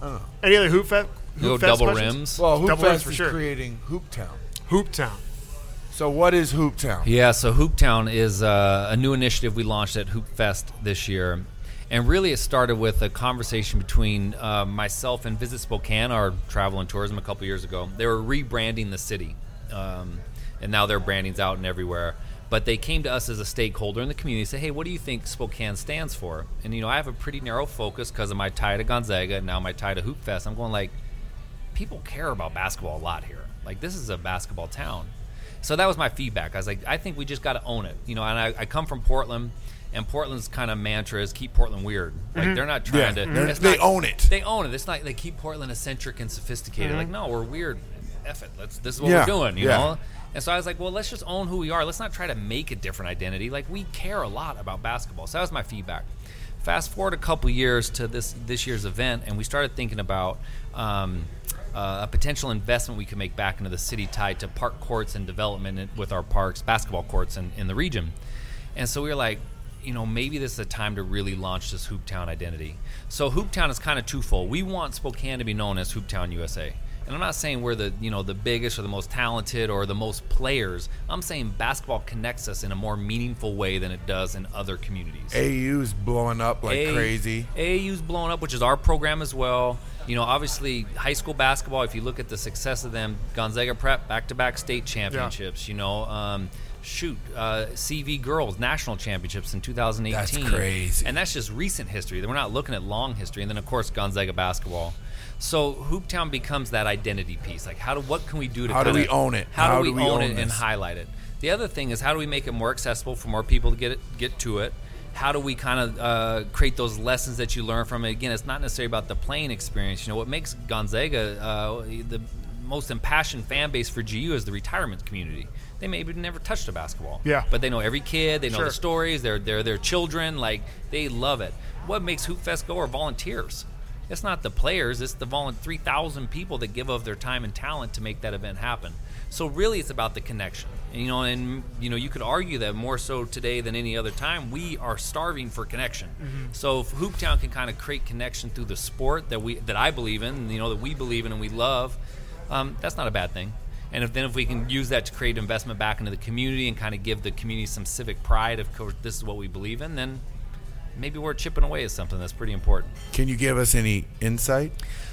S7: I don't know.
S4: Any other hoop fest?
S8: You go
S4: Hoop Fest
S8: double
S4: questions?
S8: rims?
S7: Well, Hoop
S4: double rims
S7: Fest
S4: for
S7: is
S4: sure.
S7: creating Hoop Town.
S4: Hoop Town.
S7: So what is Hoop Town?
S8: Yeah, so Hooptown is uh, a new initiative we launched at Hoop Fest this year. And really, it started with a conversation between uh, myself and Visit Spokane, our travel and tourism, a couple years ago. They were rebranding the city, um, and now their branding's out and everywhere. But they came to us as a stakeholder in the community, say, "Hey, what do you think Spokane stands for?" And you know, I have a pretty narrow focus because of my tie to Gonzaga and now my tie to Hoop Fest. I'm going like, people care about basketball a lot here. Like, this is a basketball town. So that was my feedback. I was like, I think we just got to own it, you know. And I, I come from Portland and Portland's kind of mantra is keep Portland weird. Like
S7: Mhm.
S8: they're not trying
S7: Yeah,
S8: to.
S7: they're-
S8: it's
S7: they
S8: not-
S7: own it.
S8: They own it. It's not they keep Portland eccentric and sophisticated.
S7: Mhm.
S8: Like no, we're weird. F it. Let's. This is what
S7: Yeah,
S8: we're doing. You
S7: yeah.
S8: know. And so I was like, well, let's just own who we are. Let's not try to make a different identity. Like we care a lot about basketball. So that was my feedback. Fast forward a couple years to this this year's event, and we started thinking about. Um, uh, a potential investment we could make back into the city tied to park courts and development in- with our parks, basketball courts in, in the region. And so we were like, you know, maybe this is a time to really launch this Hooptown identity. So Hooptown is kind of twofold. We want Spokane to be known as Hooptown USA. And I'm not saying we're the, you know, the biggest or the most talented or the most players. I'm saying basketball connects us in a more meaningful way than it does in other communities.
S7: AU's blowing up like
S8: A-
S7: crazy.
S8: AAU's blown up, which is our program as well. You know, obviously, high school basketball, if you look at the success of them, Gonzaga Prep, back to back state championships, you know, um, shoot, uh, CV girls, national championships in 2018.
S7: That's crazy.
S8: And that's just recent history. We're not looking at long history. And then, of course, Gonzaga basketball. So Hooptown becomes that identity piece. Like, how do what can we do to
S7: How do
S8: kinda-
S7: we own it?
S8: How, do, we, own, it and highlight it? The other thing is how do we make it more accessible for more people to get it, get to it? How do we kind of uh, create those lessons that you learn from it? Again, it's not necessarily about the playing experience. You know what makes Gonzaga uh, the most impassioned fan base for GU is the retirement community. They maybe never touched a basketball,
S11: Yeah.
S8: but they know every kid. They know
S11: Sure.
S8: the stories. They're they're their children. Like they love it. What makes Hoop Fest go are volunteers. It's not the players. It's the volun three thousand people that give of their time and talent to make that event happen. So really, it's about the connection. And, you know, and you know, you could argue that more so today than any other time, we are starving for connection.
S12: Mhm.
S8: So if Hooptown can kind of create connection through the sport that we that I believe in, you know, that we believe in and we love, um, that's not a bad thing. And if then if we can use that to create investment back into the community and kind of give the community some civic pride of co- this is what we believe in, then maybe we're chipping away at something that's pretty important.
S7: Can you give us any insight?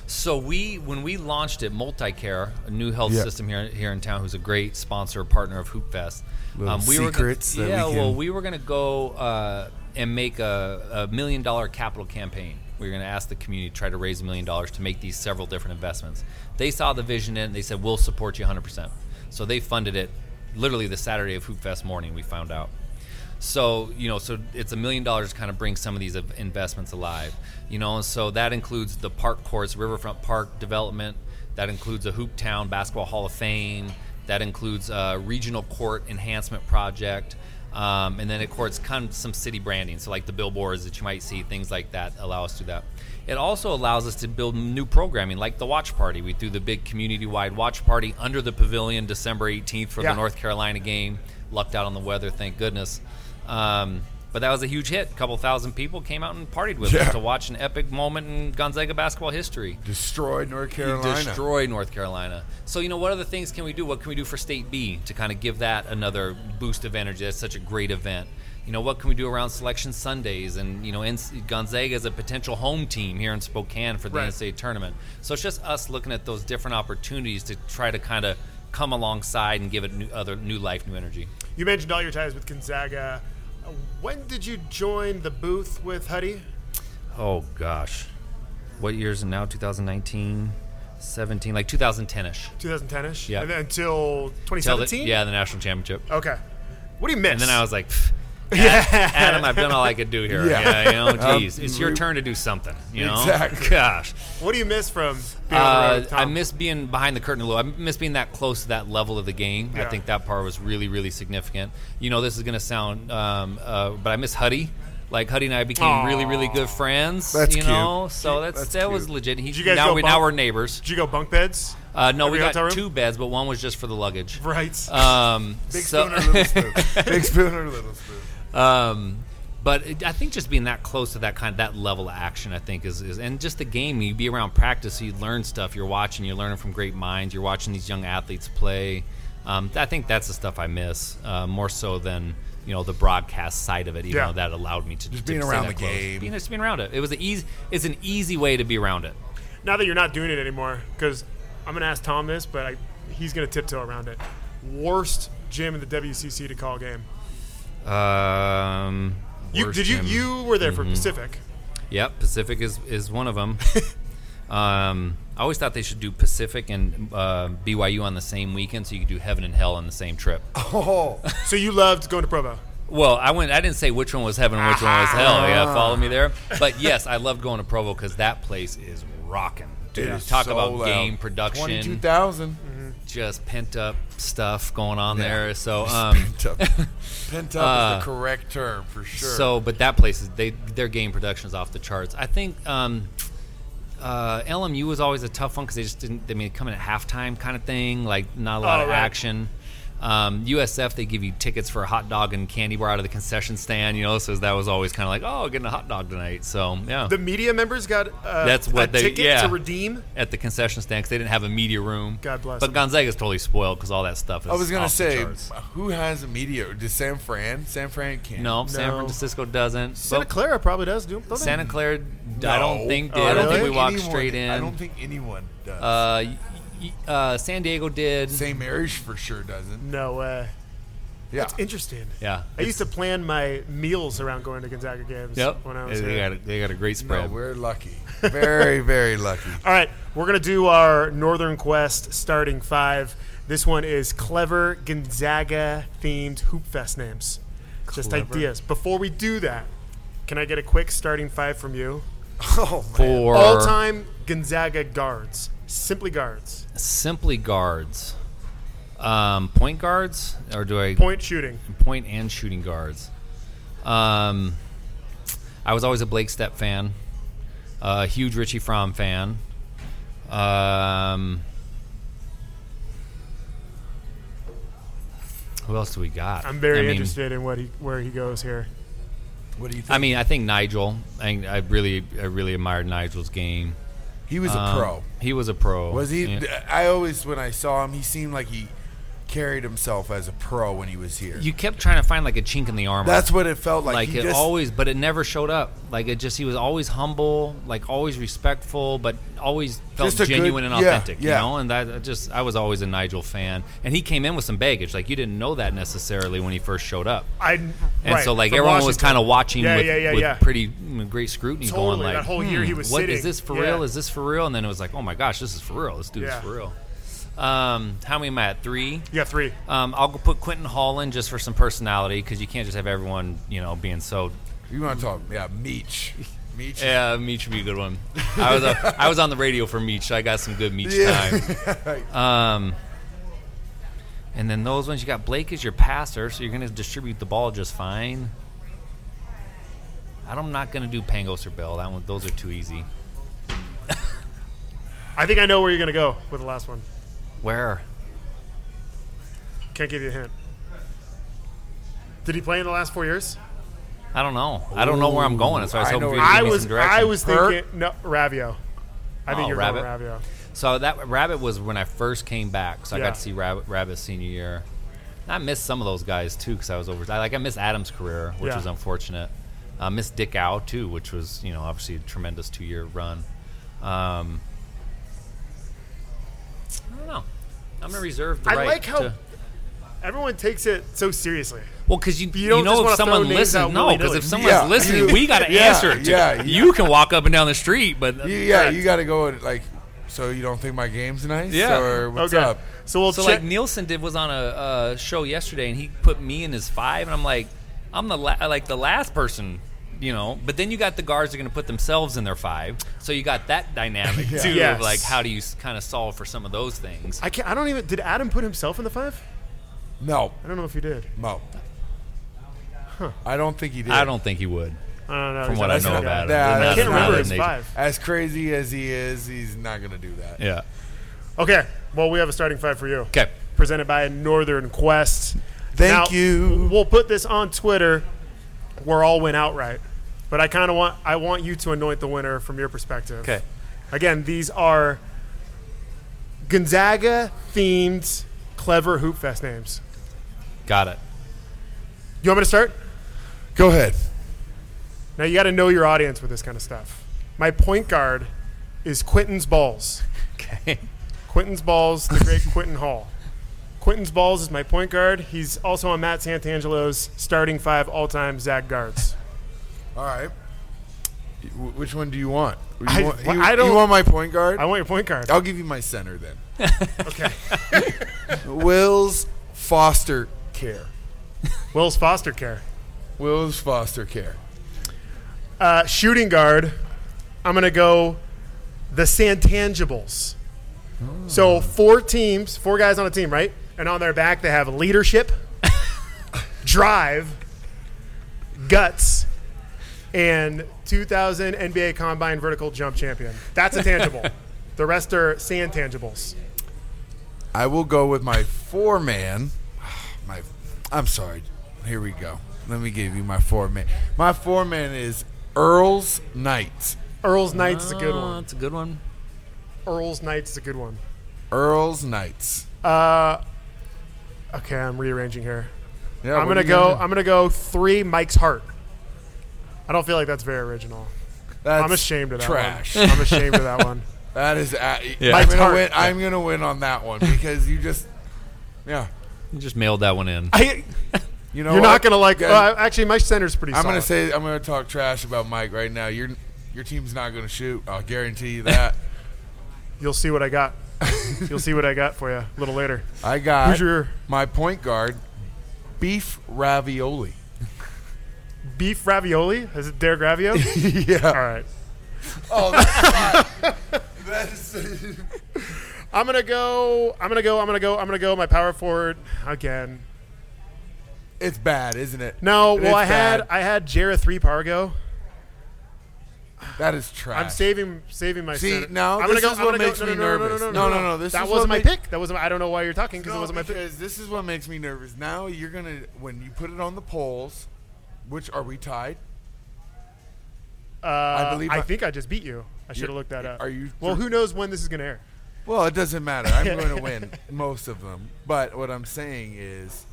S8: So we, when we launched it, Multicare, a new health
S7: Yeah.
S8: system here here in town, who's a great sponsor partner of Hoopfest. Um,
S7: Little secrets
S8: Were
S7: that we
S8: gonna, yeah, well,
S7: can-
S8: we were going to go uh, and make a, a million dollar capital campaign. We were going to ask the community to try to raise a million dollars to make these several different investments. They saw the vision in. it, and They said we'll support you 100. percent So they funded it. Literally the Saturday of Hoopfest morning, we found out. So you know, so it's a million dollars to kind of bring some of these ev- investments alive. You know, and so that includes the park course, riverfront park development. That includes a Hooptown Basketball Hall of Fame. That includes a regional court enhancement project. Um, and then, of course, kind of some city branding. So, like the billboards that you might see, things like that allow us to do that. It also allows us to build new programming, like the watch party. We threw the big community wide watch party under the pavilion December 18th for
S13: Yeah.
S8: the North Carolina game. Lucked out on the weather, thank goodness. Um, but that was a huge hit. A couple thousand people came out and partied with us
S7: Yeah.
S8: to watch an epic moment in Gonzaga basketball history.
S7: Destroyed North
S8: You
S7: Carolina.
S8: Destroyed North Carolina. So you know, what other things can we do? What can we do for State B to kind of give that another boost of energy? That's such a great event. You know, what can we do around selection Sundays? And you know, NC Gonzaga is a potential home team here in Spokane for the
S13: Right.
S8: NCAA tournament. So it's just us looking at those different opportunities to try to kind of come alongside and give it new, other new life, new energy.
S11: You mentioned all your ties with Gonzaga. Uh, When did you join the booth with Huddy?
S8: Oh gosh, what years now? 2019, 17, like 2010ish.
S11: 2010ish.
S8: Yeah.
S11: And then until
S8: Till the-
S11: 2017.
S8: Yeah, the national championship.
S11: Okay. What do you miss?
S8: And then I was like, "Pff, Ad- Adam, I've done all I could do here.
S11: Yeah.
S8: Yeah, you know,
S11: Um,
S8: geez, it's your
S11: we-
S8: turn to do something. You know,
S11: Exactly.
S8: Gosh,
S11: What do you miss from being on the road
S8: uh,
S11: with
S8: I
S11: Tom?
S8: miss being behind the curtain a little. I miss being that close to that level of the game. I
S11: Yeah.
S8: think that part was really, really significant. You know, this is going to sound, um, uh, but I miss Huddy. Like Huddy and I became really, really good friends.
S11: That's
S8: you
S11: cute.
S8: know, so that's,
S11: That's
S8: that
S11: cute.
S8: was legit. He,
S11: Did you guys
S8: now
S11: go
S8: we
S11: bunk-
S8: now we're neighbors.
S11: Did you go bunk beds?
S8: Uh, no, we
S11: Every hotel
S8: got
S11: room?
S8: two beds, but one was just for the luggage.
S11: Right.
S8: Um,
S11: Big
S8: so-
S11: spoon or little spoon? Big spoon or little spoon?
S8: Um, but it, I think just being that close to that kind of that level of action, I think is, is and just the game. You be around practice, so you learn stuff. You're watching, you're learning from great minds. You're watching these young athletes play. Um, I think that's the stuff I miss uh, more so than you know the broadcast side of it. Even
S7: Yeah.
S8: though that allowed me to
S7: Just
S8: to
S7: being
S8: stay
S7: around
S8: that
S7: the
S8: close.
S7: game.
S8: being, just being around it. It was an easy. It's an easy way to be around it.
S4: Now that you're not doing it anymore, because I'm gonna ask Tom this, but I, he's gonna tiptoe around it. Worst gym in the WCC to call a game.
S8: Um,
S4: You-
S8: worst
S4: did you-
S8: gym. Mm-hmm.
S4: you were there for Pacific.
S8: Yep, Pacific is is one of them. um, I always thought they should do Pacific and uh, BYU on the same weekend, so you could do heaven and hell on the same trip.
S4: Oh, so you loved going to Provo?
S8: Well, I went. I didn't say which one was heaven and which one was hell. Yeah,
S4: Ah.
S8: follow me there. But yes, I loved going to Provo because that place is rocking.
S7: It
S8: Dude,
S7: is
S8: talk
S7: so
S8: about
S7: loud.
S8: game production.
S7: 22,000.
S8: Just pent up stuff going on
S7: Yeah.
S8: there. So
S7: It's
S8: um,
S7: pent up. Pent up is the
S8: uh,
S7: correct term for sure.
S8: So, but that place is they their game production is off the charts. I think um, uh, LMU was always a tough one because they just didn't. They mean come in at halftime kind of thing, like not a lot
S4: Oh,
S8: of
S4: right.
S8: action. Um, USF they give you tickets for a hot dog and candy bar out of the concession stand, you know. So that was always kind of like, oh, getting a hot dog tonight. So yeah,
S4: The media members got uh,
S8: that's what
S4: a
S8: they
S4: ticket
S8: yeah
S4: to redeem.
S8: at the concession stand 'cause they didn't have a media room.
S4: God bless
S8: But
S4: them.
S8: Gonzaga's totally spoiled because all that stuff. Is
S7: I was gonna
S8: off the
S7: say,
S8: charts.
S7: who has a media? Does San Fran? San Fran can't.
S8: No, San Francisco doesn't.
S4: Santa
S8: But-
S4: Clara probably does. Do don't they?
S8: Santa Clara, I don't
S7: No.
S8: think
S7: Oh,
S8: did. I don't think we
S7: really?
S8: walked
S7: Anyone-
S8: straight in.
S7: I don't think anyone does.
S8: Uh, y- y- uh, San Diego did.
S7: St. Mary's for sure doesn't.
S4: No way.
S7: Yeah.
S4: That's interesting.
S8: Yeah.
S4: I used to plan my meals around going to Gonzaga games
S8: Yep.
S4: when I was
S8: they,
S4: here.
S8: got a, they got a great
S7: No,
S8: spread.
S7: we're lucky. Very, very lucky.
S4: All right, we're going to do our Northern Quest starting five. This one is clever Gonzaga themed Hoop Fest names. Just
S8: Clever.
S4: ideas. Before we do that, can I get a quick starting five from you?
S7: Oh,
S8: For
S4: All time Gonzaga guards. Simply guards.
S8: simply guards, um, point guards, or do I
S4: Point shooting.
S8: point and shooting guards? Um, I was always a Blake Step fan, a huge Richie Fromm fan. Um, who else do we got?
S4: I'm very
S8: I mean,
S4: interested in what he, where he goes here.
S7: What do you think?
S8: I mean, I think Nigel. I, I really, I really admired Nigel's game.
S7: he was a
S8: Um,
S7: pro.
S8: He was a pro.
S7: Was he?
S8: Yeah.
S7: I always, when I saw him, he seemed like he carried himself as a pro when he was here.
S8: You kept trying to find like a chink in the armor.
S7: That's what it felt like.
S8: like
S7: he
S8: it
S7: just,
S8: always, but it never showed up. Like it just, he was always humble, like always respectful, but always felt
S7: Just a good-
S8: genuine and
S7: yeah,
S8: authentic.
S7: yeah.
S8: You know, and that I just, I was always a Nigel fan, and he came in with some baggage. Like you didn't know that necessarily when he first showed up.
S4: I,
S8: And
S4: right,
S8: so, like
S4: from
S8: everyone was
S4: Washington.
S8: kind of watching
S4: Yeah,
S8: with,
S4: yeah, yeah,
S8: with
S4: yeah.
S8: pretty mm, great scrutiny, going
S4: Totally,
S8: like,
S4: that whole year he
S8: "Hmm,
S4: was
S8: what is
S4: sitting."
S8: this for
S4: Yeah.
S8: real? Is this for real?" And then it was like, "Oh my gosh, this is for real. This dude
S4: Yeah.
S8: is for real." Um, how many am I at? Three.
S4: You got three.
S8: Um, I'll go put Quentin Hall in just for some personality because you can't just have everyone, you know, being so.
S7: You want to talk? Yeah, Meech. Meech.
S8: Yeah, Meech would be a good one. I was a, I was on the radio for Meech. So I got some good Meech time. Um, and then those ones you got Blake as your passer, so you're going to distribute the ball just fine. I'm not going to do Pangos or Bell. That one, those are too easy.
S4: I think I know where you're going to go with the last one.
S8: Where?
S4: Can't give you a hint. Did he play in the last four years?
S8: I don't know. I don't know where I'm going. That's why I was
S7: I
S8: hoping
S7: know
S8: for you to
S7: where
S4: I
S8: give me
S4: was
S8: some direction.
S4: I was
S7: Hurt?
S4: thinking no Ravio. I think
S8: Oh,
S4: you're
S8: Rabbit.
S4: going Ravio.
S8: So that rabbit was when I first came back. So I
S4: Yeah.
S8: got to see rabbit rabbit senior year. And I missed some of those guys too because I was over. I, like I missed Adam's career, which
S4: Yeah.
S8: was unfortunate. I missed Dick Ow too, which was you know obviously a tremendous two year run. Um, I don't know. I'm gonna reserve the
S4: I
S8: right.
S4: like how
S8: to,
S4: everyone takes it so seriously.
S8: well, because you,
S4: you
S8: you,
S4: don't just
S8: know
S4: wanna
S8: if someone
S4: throw names out
S8: listens, no, because
S4: willy-nilly.
S8: if someone's
S7: Yeah.
S8: listening, we got to
S7: Yeah,
S8: answer it. To,
S7: yeah, yeah.
S8: you can walk up and down the street, but
S7: You- yeah, you got to go and, like. So you don't think my game's nice?
S8: Yeah.
S7: Or what's
S4: okay.
S7: up?
S4: So we'll
S8: So
S4: check.
S8: like Nielsen did was on a uh, show yesterday, and he put me in his five, and I'm like, I'm the la- like the last person, you know. But then you got the guards that are going to put themselves in their five, so you got that dynamic too
S4: Yes.
S8: of like how do you kind of solve for some of those things?
S4: I can't I don't even did Adam put himself in the five?
S7: No,
S4: I don't know if he did.
S7: no. I don't think he did.
S8: I don't think he would,
S4: I don't know.
S8: from
S4: He's
S8: what
S4: not
S8: I
S4: a
S7: that's
S8: know
S7: not-
S4: good
S8: about
S4: guy.
S8: him.
S7: that-
S8: Then
S7: I
S4: I
S7: that's
S4: can't
S8: not
S4: remember
S8: in
S4: his
S8: nature.
S4: five.
S7: As crazy as he is, he's not gonna do that.
S8: Yeah.
S4: Okay. Well we have a starting five for you.
S8: Okay.
S4: Presented by Northern Quest.
S7: Thank
S4: Now,
S7: you.
S4: We'll put this on Twitter. We're all win outright. But I kinda want I want you to anoint the winner from your perspective.
S8: Okay.
S4: Again, these are Gonzaga themed clever hoop fest names.
S8: Got it.
S4: You want me to start?
S7: Go ahead.
S4: Now you got to know your audience with this kind of stuff. My point guard is Quentin's balls.
S8: Okay.
S4: Quentin's balls, the great Quentin Hall. Quentin's balls is my point guard. He's also on Matt Santangelo's starting five all-time Zag guards.
S7: All right. Wh- Which one do you want? You
S4: I-
S7: want,
S4: well,
S7: you-
S4: I
S7: You
S4: don't-
S7: want my point guard?
S4: I want your point guard.
S7: I'll give you my center then.
S4: Okay.
S7: Will's Foster Care.
S4: Will's foster care.
S7: Will's Foster Care.
S4: Uh, shooting guard, I'm going to go the Santangibles. So four teams, four guys on a team, right? And on their back they have leadership, drive, guts, and 2000 NBA Combine vertical jump champion. That's a tangible. the rest are Santangibles.
S7: I will go with my four man. My, I'm sorry. Here we go. Let me give you my four man. My four man is Earl's Knights.
S4: Earl's Knights is a good
S8: Oh,
S4: one.
S8: That's a good one.
S4: Earl's Knights is a good one.
S7: Earl's Knights.
S4: Uh, okay, I'm rearranging here.
S7: Yeah,
S4: I'm
S7: what are
S4: gonna
S7: you
S4: go.
S7: do?
S4: I'm gonna go three. Mike's heart. I don't feel like that's very original.
S7: That's
S4: I'm ashamed of that
S7: trash.
S4: one. I'm ashamed of that one.
S7: That is. a-
S8: Yeah.
S7: I'm
S4: Mike's
S7: gonna
S4: heart.
S7: win. I'm gonna win on that one because you just. Yeah.
S8: You just mailed that one in.
S4: I,
S7: You know.
S4: you're not
S7: what?
S4: gonna like. uh,
S7: Guys,
S4: Well, actually, Mike Center's pretty.
S7: I'm
S4: solid.
S7: gonna say. I'm gonna talk trash about Mike right now. Your your team's not gonna shoot. I'll guarantee you that.
S4: you'll see what I got. you'll see what I got for you a little later.
S7: I got
S4: Who's your
S7: my point guard, beef ravioli.
S4: beef ravioli? Is it Derek Ravio?
S7: yeah.
S4: All right.
S7: Oh, that's fine.
S4: I'm gonna go. I'm gonna go. I'm gonna go. I'm gonna go. My power forward again.
S7: it's bad, isn't it?
S4: No.
S7: It's
S4: Well, I had
S7: bad.
S4: I had Jarrah three Pargo.
S7: that is trash.
S4: I'm saving saving my.
S7: See,
S4: center.
S7: now
S4: I'm gonna
S7: this
S4: go,
S7: is
S4: I'm
S7: what
S4: gonna go-
S7: makes
S4: no,
S7: me
S4: no, no,
S7: nervous.
S4: No, no,
S7: No, no, no, this
S4: that
S7: is
S4: wasn't
S7: what
S4: my
S7: ma-
S4: pick. That wasn't. I don't know why you're talking because it
S7: No,
S4: wasn't my pick.
S7: because this is what makes me nervous. Now you're gonna when you put it on the polls, which are we tied?
S4: Uh, I
S7: believe
S4: I
S7: I-
S4: think I just beat you. I should have looked that up.
S7: are you-
S4: Well, who knows when this is gonna air?
S7: Well, it doesn't matter. I'm going to win most of them. But what I'm saying is,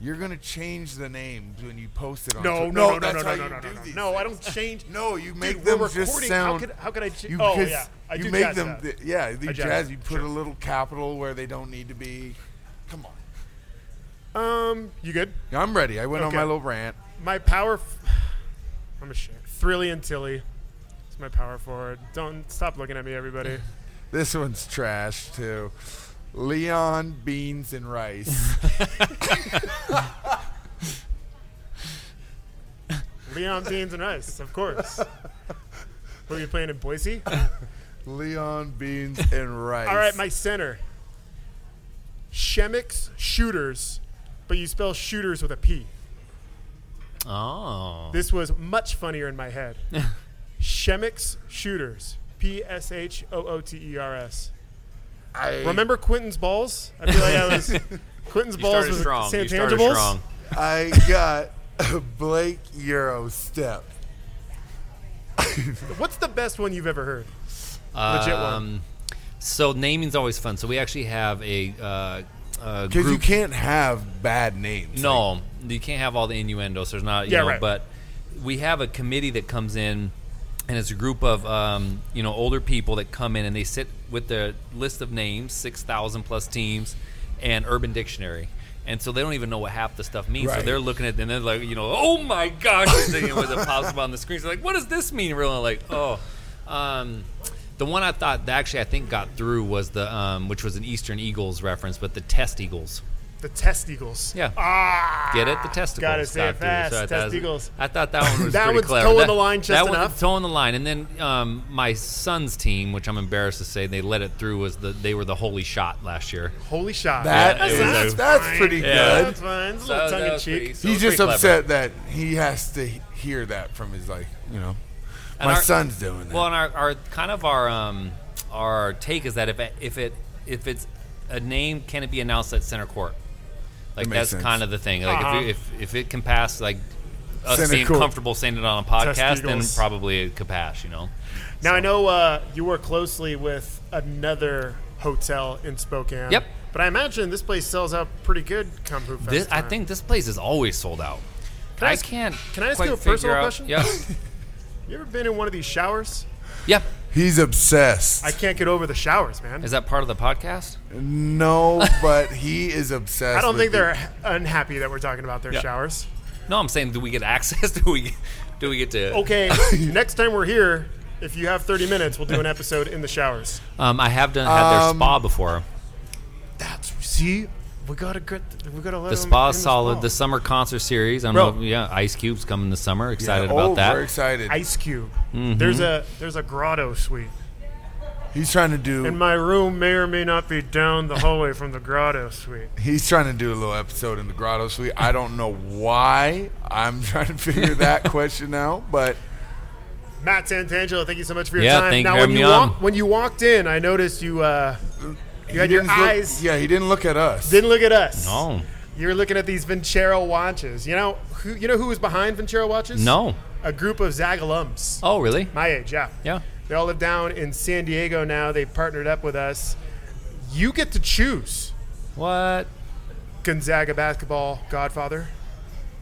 S7: you're going to change the names when you post it on.
S4: No,
S7: Twitter.
S4: no, no, no,
S7: that's
S4: no,
S7: how
S4: no,
S7: you
S4: no, no,
S7: do
S4: no,
S7: these
S4: no. I
S7: things.
S4: don't change.
S7: No, you make
S4: Dude,
S7: them
S4: we're
S7: just
S4: recording. How
S7: sound.
S4: could- how could I ch-
S7: You,
S4: oh,
S7: 'cause
S4: yeah. I
S7: you
S4: do
S7: make
S4: jazz
S7: them.
S4: that.
S7: th- yeah, the
S4: I jazz
S7: jazz.
S4: that,
S7: You put
S4: sure.
S7: a little capital where they don't need to be. Come on.
S4: Um, you good?
S7: I'm ready. I went on
S4: Okay.
S7: my little rant.
S4: My power. F- I'm a shit. Thrilly and Tilly. It's my power forward. Don't stop looking at me, everybody.
S7: This one's trash too. Leon beans and rice.
S4: Leon Beans and Rice, of course. Were you playing in Boise?
S7: Leon beans and rice.
S4: All right, my center. Shemix Shooters, but you spell shooters with a P.
S8: Oh.
S4: This was much funnier in my head. Shemix Shooters. P S H O O T E R S.
S7: I-
S4: Remember Quentin's balls? I feel like I was. Quentin's
S8: You
S4: balls
S8: started
S4: was
S8: strong. You started
S4: Santangibles.
S8: strong.
S7: I got Blake Euro step.
S4: What's the best one you've ever heard? Legit one.
S8: Um, so naming's always fun. So we actually have a uh, uh,
S7: Because you
S8: group.
S7: can't have bad names.
S8: no, you can't have all the innuendos. There's not. You
S4: Yeah,
S8: know,
S4: right.
S8: But we have a committee that comes in, and it's a group of um, you know older people that come in and they sit with their list of names, six thousand plus teams, and Urban Dictionary. And so they don't even know what half the stuff means. So
S7: Right.
S8: they're looking at it and they're like, you know, oh my gosh, it's thinking was it possible on the screen? So like, what does this mean? Really like, oh. Um, the one I thought that actually I think got through was the um, which was an Eastern Eagles reference, but the Test Eagles.
S4: The testicles.
S8: Yeah.
S4: Ah.
S8: Get it? The testicles.
S4: Gotta say it
S8: got through.
S4: fast,
S8: I thought-
S4: testicles.
S8: I thought that one was
S4: That
S8: pretty
S4: one's
S8: clever.
S4: toeing
S8: That-
S4: the line just
S8: that one-
S4: enough.
S8: Toeing the line, and then um, my son's team, which I'm embarrassed to say they let it through, was the they were the holy shot last year.
S4: Holy shot.
S7: That
S8: Yeah, it
S7: is-
S8: was
S7: that's,
S8: a-
S7: that's pretty
S8: Yeah.
S7: good.
S4: That's fine. It's a little
S8: that
S4: tongue in
S8: was pretty-
S4: cheek.
S8: so it
S7: He's
S8: was
S7: just
S8: pretty clever.
S7: upset that he has to hear that from his like, you know,
S8: And
S7: my
S8: our-
S7: son's doing that.
S8: Well, and our, our kind of our um, our take is that if it, if it if it's a name, can it be announced at center court? Like
S7: That makes
S8: that's
S7: sense.
S8: kind of the thing. Like
S4: Uh-huh.
S8: if, it, if if it can pass like us
S7: Center
S8: being
S7: court.
S8: comfortable saying it on a podcast, then
S4: Testicles.
S8: probably it could pass. You know.
S4: Now I know uh, you work closely with another hotel in Spokane.
S8: Yep.
S4: But I imagine this place sells out pretty good come Hoop Fest.
S8: This, I
S4: time.
S8: think this place is always sold out.
S4: Can I, ask-
S8: can't.
S4: Can I ask
S8: quite
S4: you a
S8: figure
S4: personal
S8: out-
S4: question?
S8: Yeah.
S4: you ever been in one of these showers?
S8: Yeah.
S7: He's obsessed.
S4: I can't get over the showers, man.
S8: Is that part of the podcast?
S7: No, but he is obsessed.
S4: I don't
S7: with
S4: think
S7: the-
S4: they're unhappy that we're talking about their
S8: Yeah.
S4: showers.
S8: No, I'm saying, do we get access? Do we? Do we get to?
S4: Okay, next time we're here, if you have 30 minutes, we'll do an episode in the showers.
S8: Um, I have done had their
S4: Um,
S8: spa before.
S7: That's see,
S4: we gotta get, we gotta let
S8: The
S4: them
S8: spa's
S4: in
S8: solid.
S4: spa.
S8: The summer concert series. I
S4: Bro.
S8: don't know. Yeah, Ice Cube's coming this summer. Excited
S7: oh,
S8: about that.
S7: very excited.
S4: Ice Cube.
S8: Mhm.
S4: There's a there's a grotto suite,
S7: He's trying to do.
S4: and my room may or may not be down the hallway from the grotto suite.
S7: He's trying to do a little episode in the Grotto Suite. I don't know why. I'm trying to figure that question out, but
S4: Matt Santangelo, thank you so much for your
S7: Yeah,
S4: time.
S7: thank you
S4: now,
S7: for
S4: when
S7: having
S4: you
S7: me on.
S4: walk, when you walked in, I noticed you uh, you had
S7: He
S4: your
S7: didn't look-
S4: eyes
S7: yeah, he didn't look at us.
S4: didn't look at us.
S8: No.
S4: You were looking at these Vincero watches. You know who? You know who was behind Vincero watches?
S8: No.
S4: A group of Zag alums.
S8: Oh, really?
S4: My age, yeah.
S8: Yeah.
S4: They all live down in San Diego now. They partnered up with us. You get to choose.
S8: What?
S4: Gonzaga basketball godfather.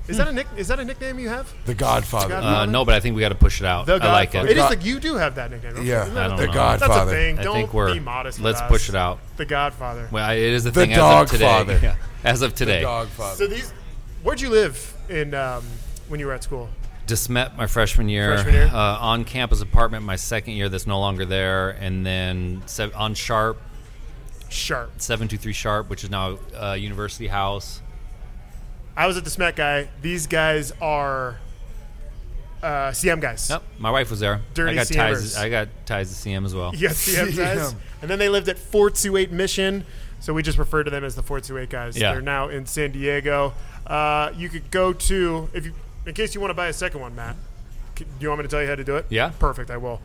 S4: Is that a nick? Is that a nickname you have?
S7: The Godfather.
S8: Uh, no, but I think we got to push it out.
S4: The
S8: I like it.
S4: Godfather. It is like you do have that nickname. don't you?
S8: Yeah,
S4: Isn't that
S8: I
S4: a
S8: don't
S4: thing?
S8: know.
S4: That's a
S8: Godfather.
S4: thing.
S8: I
S4: Don't
S8: think we're-
S4: be modest. with
S8: let's
S4: us.
S8: push it out.
S4: The Godfather.
S8: Well, I- it is a
S7: The
S8: thing as of today.
S7: Dogfather.
S8: Yeah, As of today.
S4: So these, where'd you live in um, when you were at school?
S8: Desmet my freshman year,
S4: Freshman year.
S8: Uh, on campus apartment my second year that's no longer there, and then se- on Sharp,
S4: Sharp
S8: seven two three Sharp, which is now uh, University House.
S4: I was at the Smet guy. These guys are uh, CM guys.
S8: Yep, my wife was there.
S4: Dirty
S8: I got
S4: CMers.
S8: ties. I got ties to CM as well.
S4: Yes, CM guys. And then they lived at 428 Mission, so we just refer to them as the 428 guys.
S8: Yeah.
S4: They're now in San Diego. Uh, you could go to if you in case you want to buy a second one, Matt. c- Do you want me to tell you how to do it?
S8: Yeah.
S4: Perfect. I will.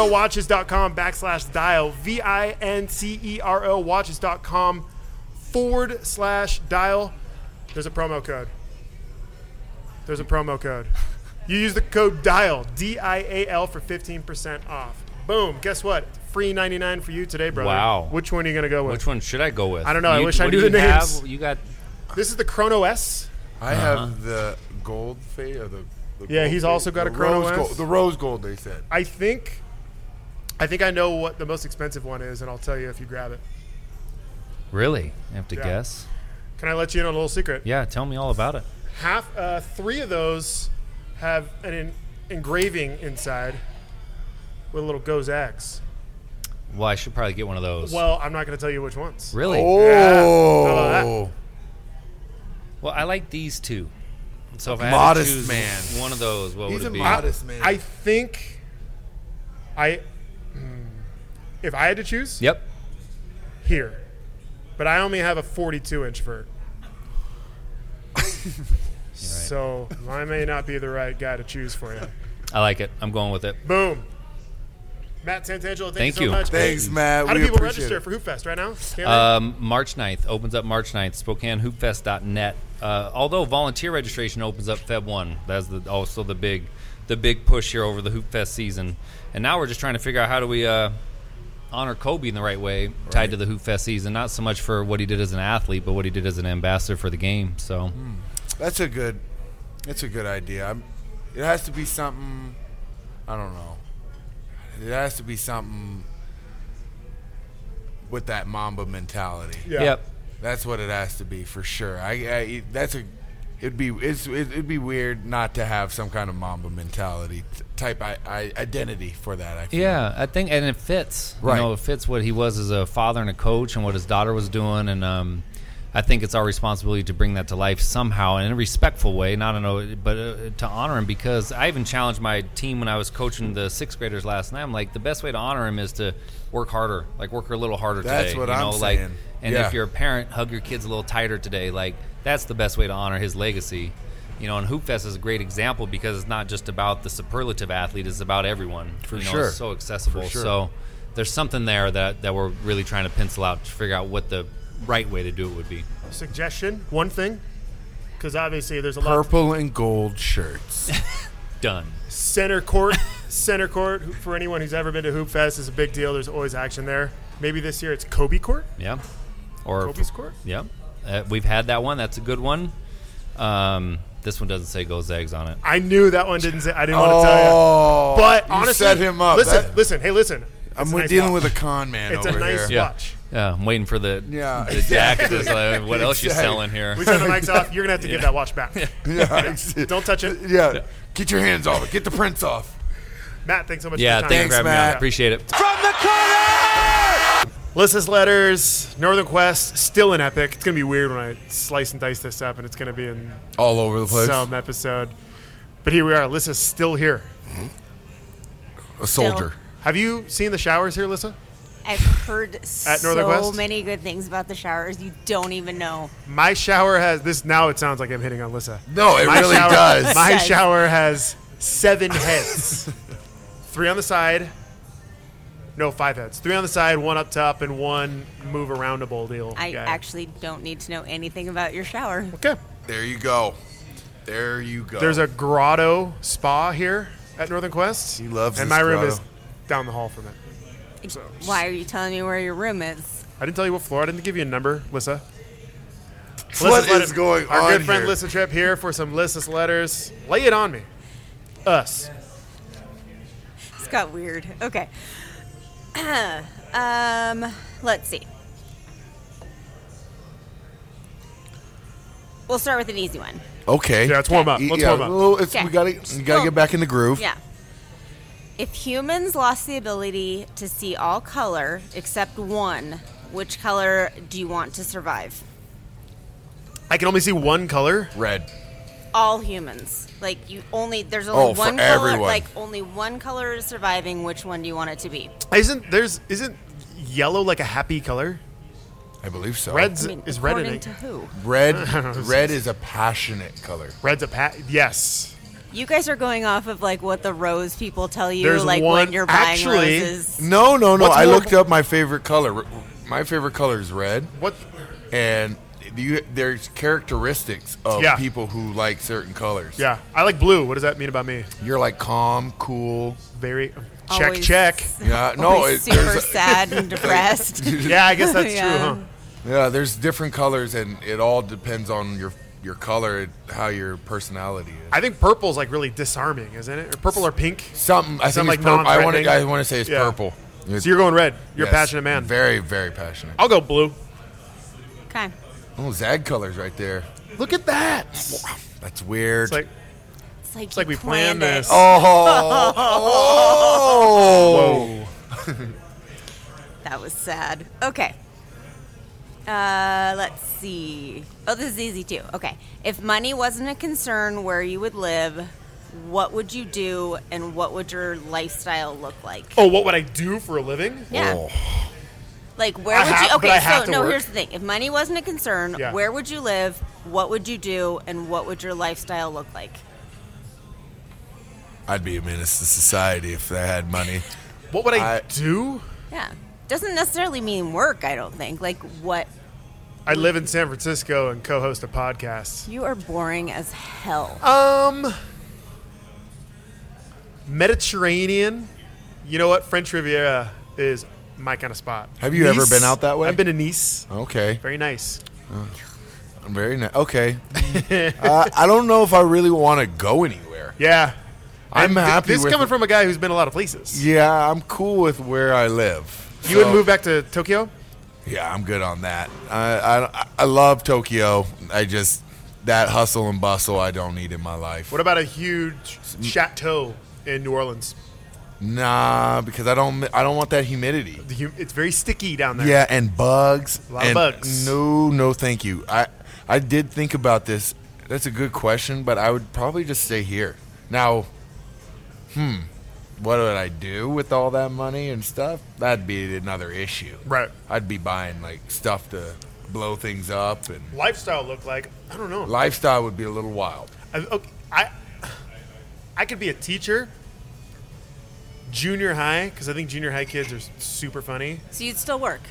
S4: VinceroWatches.com backslash dial V I N C E R O watches.com forward slash dial. There's a promo code. There's a promo code. You use the code DIAL, D I A L, for 15% off. Boom. Guess what? Free 99 for you today, brother.
S8: Wow.
S4: Which one are you going to go with?
S8: Which one should I go with?
S4: I don't know. I
S8: You-
S4: wish I
S8: what
S4: knew
S8: do
S4: the
S8: you
S4: names.
S8: have? You got
S4: This is the Chrono S.
S7: I
S8: Uh-huh.
S7: have the gold fade or the. the
S4: Yeah,
S7: gold
S4: he's also
S7: fade-
S4: got
S7: the
S4: a Chrono
S7: rose
S4: S.
S7: gold, the rose gold. They said.
S4: I think I think I know what the most expensive one is, and I'll tell you if you grab it.
S8: really? I have to
S4: Yeah.
S8: guess.
S4: Can I let you in on a little secret?
S8: Yeah, tell me all about it.
S4: Half, uh, three of those have an en- engraving inside with a little Gozax.
S8: Well, I should probably get one of those.
S4: Well, oh. I'm not going to tell you which ones.
S8: Really?
S4: Yeah.
S7: Oh.
S4: How about that?
S8: Well, I like these two. So if I had
S7: Modest
S8: to choose
S7: man.
S8: one of those, what
S7: He's
S8: would it
S7: a
S8: be?
S7: modest man.
S4: I think I hmm, if I had to choose,
S8: Yep.
S4: here. But I only have a 42 inch vert. So I may not be the right guy to choose for you.
S8: I like it. I'm going with it.
S4: Boom. Matt Santangelo, thank, you
S8: Thank
S4: so
S8: you.
S4: much. man.
S8: Thanks, Matt.
S4: How do
S8: We
S4: people
S8: appreciate
S4: register
S8: it.
S4: for Hoop Fest right now? Can't
S8: Um, March 9th opens up March 9th. SpokaneHoopFest.net. Uh, although volunteer registration opens up Feb 1. That's the, also the big, the big push here over the Hoop Fest season. And now we're just trying to figure out how do we uh, honor Kobe in the right way, tied to the Hoop Fest season. Not so much for what he did as an athlete, but what he did as an ambassador for the game. So
S7: That's a good. That's a good idea. I'm, it has to be something. I don't know. It has to be something with that Mamba mentality.
S8: Yeah. Yep.
S7: That's what it has to be for sure. I. I that's a. It'd be it's it'd be weird not to have some kind of Mamba mentality t- type I, I, identity for that. I feel.
S8: Yeah, I think, and it fits.
S7: Right.
S8: You know, it fits what he was as a father and a coach, and what his daughter was doing, and um, I think it's our responsibility to bring that to life somehow in a respectful way, not in a but uh, to honor him because I even challenged my team when I was coaching the sixth graders last night. I'm like, the best way to honor him is to work harder, like work a little harder
S7: That's
S8: today.
S7: what
S8: you
S7: I'm
S8: know, like,
S7: saying.
S8: And
S7: Yeah.
S8: if you're a parent, hug your kids a little tighter today. Like that's the best way to honor his legacy. You know, and Hoop Fest is a great example because it's not just about the superlative athlete; it's about everyone.
S7: For
S8: you know,
S7: sure.
S8: It's so accessible.
S7: For sure.
S8: So there's something there that, that we're really trying to pencil out to figure out what the right way to do it would be.
S4: I? Suggestion, one thing, because obviously there's a lot.
S7: Purple and gold shirts.
S8: Done.
S4: Center court, center court. who- For anyone who's ever been to Hoop Fest, is a big deal. There's always action there. Maybe this year it's Kobe court.
S8: Yeah. Or
S4: Kobe's court?
S8: Yep. Uh, we've had that one. That's a good one. Um, this one doesn't say "Go Zags" on it.
S4: I knew that one didn't say. I didn't want to tell
S7: Oh,
S4: you. But
S7: you
S4: honestly,
S7: set him up.
S4: Listen,
S7: That-
S4: listen. Hey, listen.
S7: I'm
S4: It's
S7: with-
S4: nice
S7: dealing
S4: watch.
S7: with a con man
S4: It's
S7: over
S4: a nice
S7: here.
S8: yeah.
S4: watch.
S8: Yeah, I'm waiting for the
S7: Yeah,
S8: the jacket.
S7: exactly.
S8: It's like, what else you
S7: Exactly.
S8: selling here?
S4: We turn the mics off. You're gonna have to give that watch back.
S7: Yeah.
S4: Don't touch it.
S7: Yeah. Get your hands off it. Get the prints off.
S4: Matt, thanks so much.
S8: Yeah,
S4: for your time.
S8: thanks for having me on. Appreciate it.
S14: From the corner!
S4: Listless Letters, Northern Quest, still in Epic. It's gonna be weird when I slice and dice this up, and it's gonna be in
S7: All over the place.
S4: some episode. But here we are. Lissa's still here.
S7: a soldier.
S4: Have you seen the showers here, Lissa?
S12: I've heard so
S4: Northern Quest?
S12: many good things about the showers. You don't even know.
S4: My shower has this. Now it sounds like I'm hitting on Lissa.
S7: No, it
S4: my
S7: really
S4: shower,
S7: does.
S4: My
S12: Yes.
S4: shower has seven heads, three on the side. No, five heads. Three on the side, one up top, and one move aroundable deal.
S12: I
S4: guy.
S12: actually don't need to know anything about your shower.
S4: okay.
S7: There you go. There you go.
S4: There's a grotto spa here at Northern Quest.
S7: He loves
S4: And
S7: this
S4: my room
S7: grotto.
S4: is down the hall from it.
S12: Why are you telling me where your room is?
S4: I didn't tell you what floor. I didn't give you a number, Lissa.
S7: What
S4: Lissa's letter-
S7: is going
S4: Our
S7: on
S4: good friend
S7: here?
S4: Lissa Tripp here for some Lissa's letters. Lay it on me. Us.
S12: It's got weird. Okay. um, let's see. We'll start with an easy one.
S7: okay.
S4: Yeah, it's warm up.
S7: Y-
S4: Let's
S7: yeah,
S4: warm up.
S7: well, it's-
S12: Okay.
S7: We gotta, you gotta get back in the groove.
S12: Yeah. If humans lost the ability to see all color except one, which color do you want to survive?
S4: I can only see one color.
S7: Red.
S12: All humans. Like you only there's
S7: Oh,
S12: only
S7: for
S12: one color
S7: everyone.
S12: like only one color is surviving, which one do you want it to be?
S4: Isn't there's isn't yellow like a happy color?
S7: I believe so.
S4: Red's
S12: I mean,
S4: is red in
S12: according
S4: it.
S12: to who?
S7: Red. red is a passionate color.
S4: Red's a pat. Yes.
S12: You guys are going off of like what the rose people tell you
S4: There's
S12: like
S4: one-
S12: when you're buying
S4: actually-
S12: roses.
S7: No, no, no.
S4: What's
S7: I
S4: more-
S7: looked up my favorite color. R- My favorite color is red.
S4: What?
S7: And you, there's characteristics of
S4: Yeah.
S7: people who like certain colors.
S4: Yeah. I like blue. What does that mean about me?
S7: You're like calm, cool.
S4: Very. uh, Check.
S12: Always-
S4: Check. Uh,
S7: Yeah, no,
S12: Always
S7: it,
S12: super
S7: there's
S12: sad and depressed.
S4: Yeah, I guess that's true,
S12: Yeah.
S4: huh?
S7: yeah, there's different colors, and it all depends on your your color, and how your personality is.
S4: I think purple's like really disarming, isn't it? Or purple or pink?
S7: Something I
S4: Sound
S7: think
S4: like
S7: it's purple. I want
S4: non-threatening.
S7: to I want to say it's
S4: Yeah.
S7: purple.
S4: So you're going red. You're
S7: Yes,
S4: a passionate man.
S7: Very, very passionate.
S4: I'll go blue.
S12: Okay.
S7: Oh, Zag colors right there.
S4: Look at that.
S7: That's weird.
S4: It's like
S12: It's like,
S4: it's like
S12: you
S4: we planned
S12: it.
S4: this.
S7: oh, oh.
S4: Whoa.
S12: That was sad. Okay. Uh, let's see. Oh, this is easy too. Okay. If money wasn't a concern where you would live, what would you do and what would your lifestyle look like?
S4: Oh, what would I do for a living?
S12: Yeah.
S7: Oh,
S12: Like where
S4: I
S12: would
S4: have-
S12: you
S4: but I
S12: Okay,
S4: have
S12: so
S4: to
S12: no,
S4: work.
S12: here's the thing. If money wasn't a concern,
S4: Yeah.
S12: where would you live? What would you do and what would your lifestyle look like?
S7: I'd be a menace to society if I had money.
S4: What would I,
S7: I-
S4: do?
S12: Yeah. Doesn't necessarily mean work, I don't think. Like what
S4: I live in San Francisco and co-host a podcast.
S12: you are boring as hell.
S4: Um, Mediterranean. You know what? French Riviera is my kind of spot.
S7: Have you ever been out that way?
S4: I've been to Nice.
S7: Okay,
S4: Very nice.
S7: very nice. Okay, uh, I don't know if I really want to go anywhere.
S4: Yeah.
S7: I'm
S4: And th-
S7: happy
S4: This is
S7: with-
S4: coming from a guy who's been a lot of places.
S7: Yeah, I'm cool with where I live.
S4: You would
S7: So-
S4: move back to Tokyo?
S7: Yeah, I'm good on that. I, I I love Tokyo. I just that hustle and bustle I don't need in my life.
S4: What about a huge chateau in New Orleans?
S7: Nah, because I don't I don't want that humidity.
S4: The hum- It's very sticky down there.
S7: Yeah, and bugs.
S4: A lot of
S7: and-
S4: bugs.
S7: No, no, thank you. I I did think about this. That's a good question, but I would probably just stay here. Now, hmm, what would I do with all that money and stuff? That'd be another issue.
S4: Right.
S7: I'd be buying like stuff to blow things up, and
S4: Lifestyle look like? I don't know.
S7: lifestyle would be a little wild.
S4: I, okay, I I could be a teacher, junior high, because I think junior high kids are s- super funny.
S12: So you'd still work.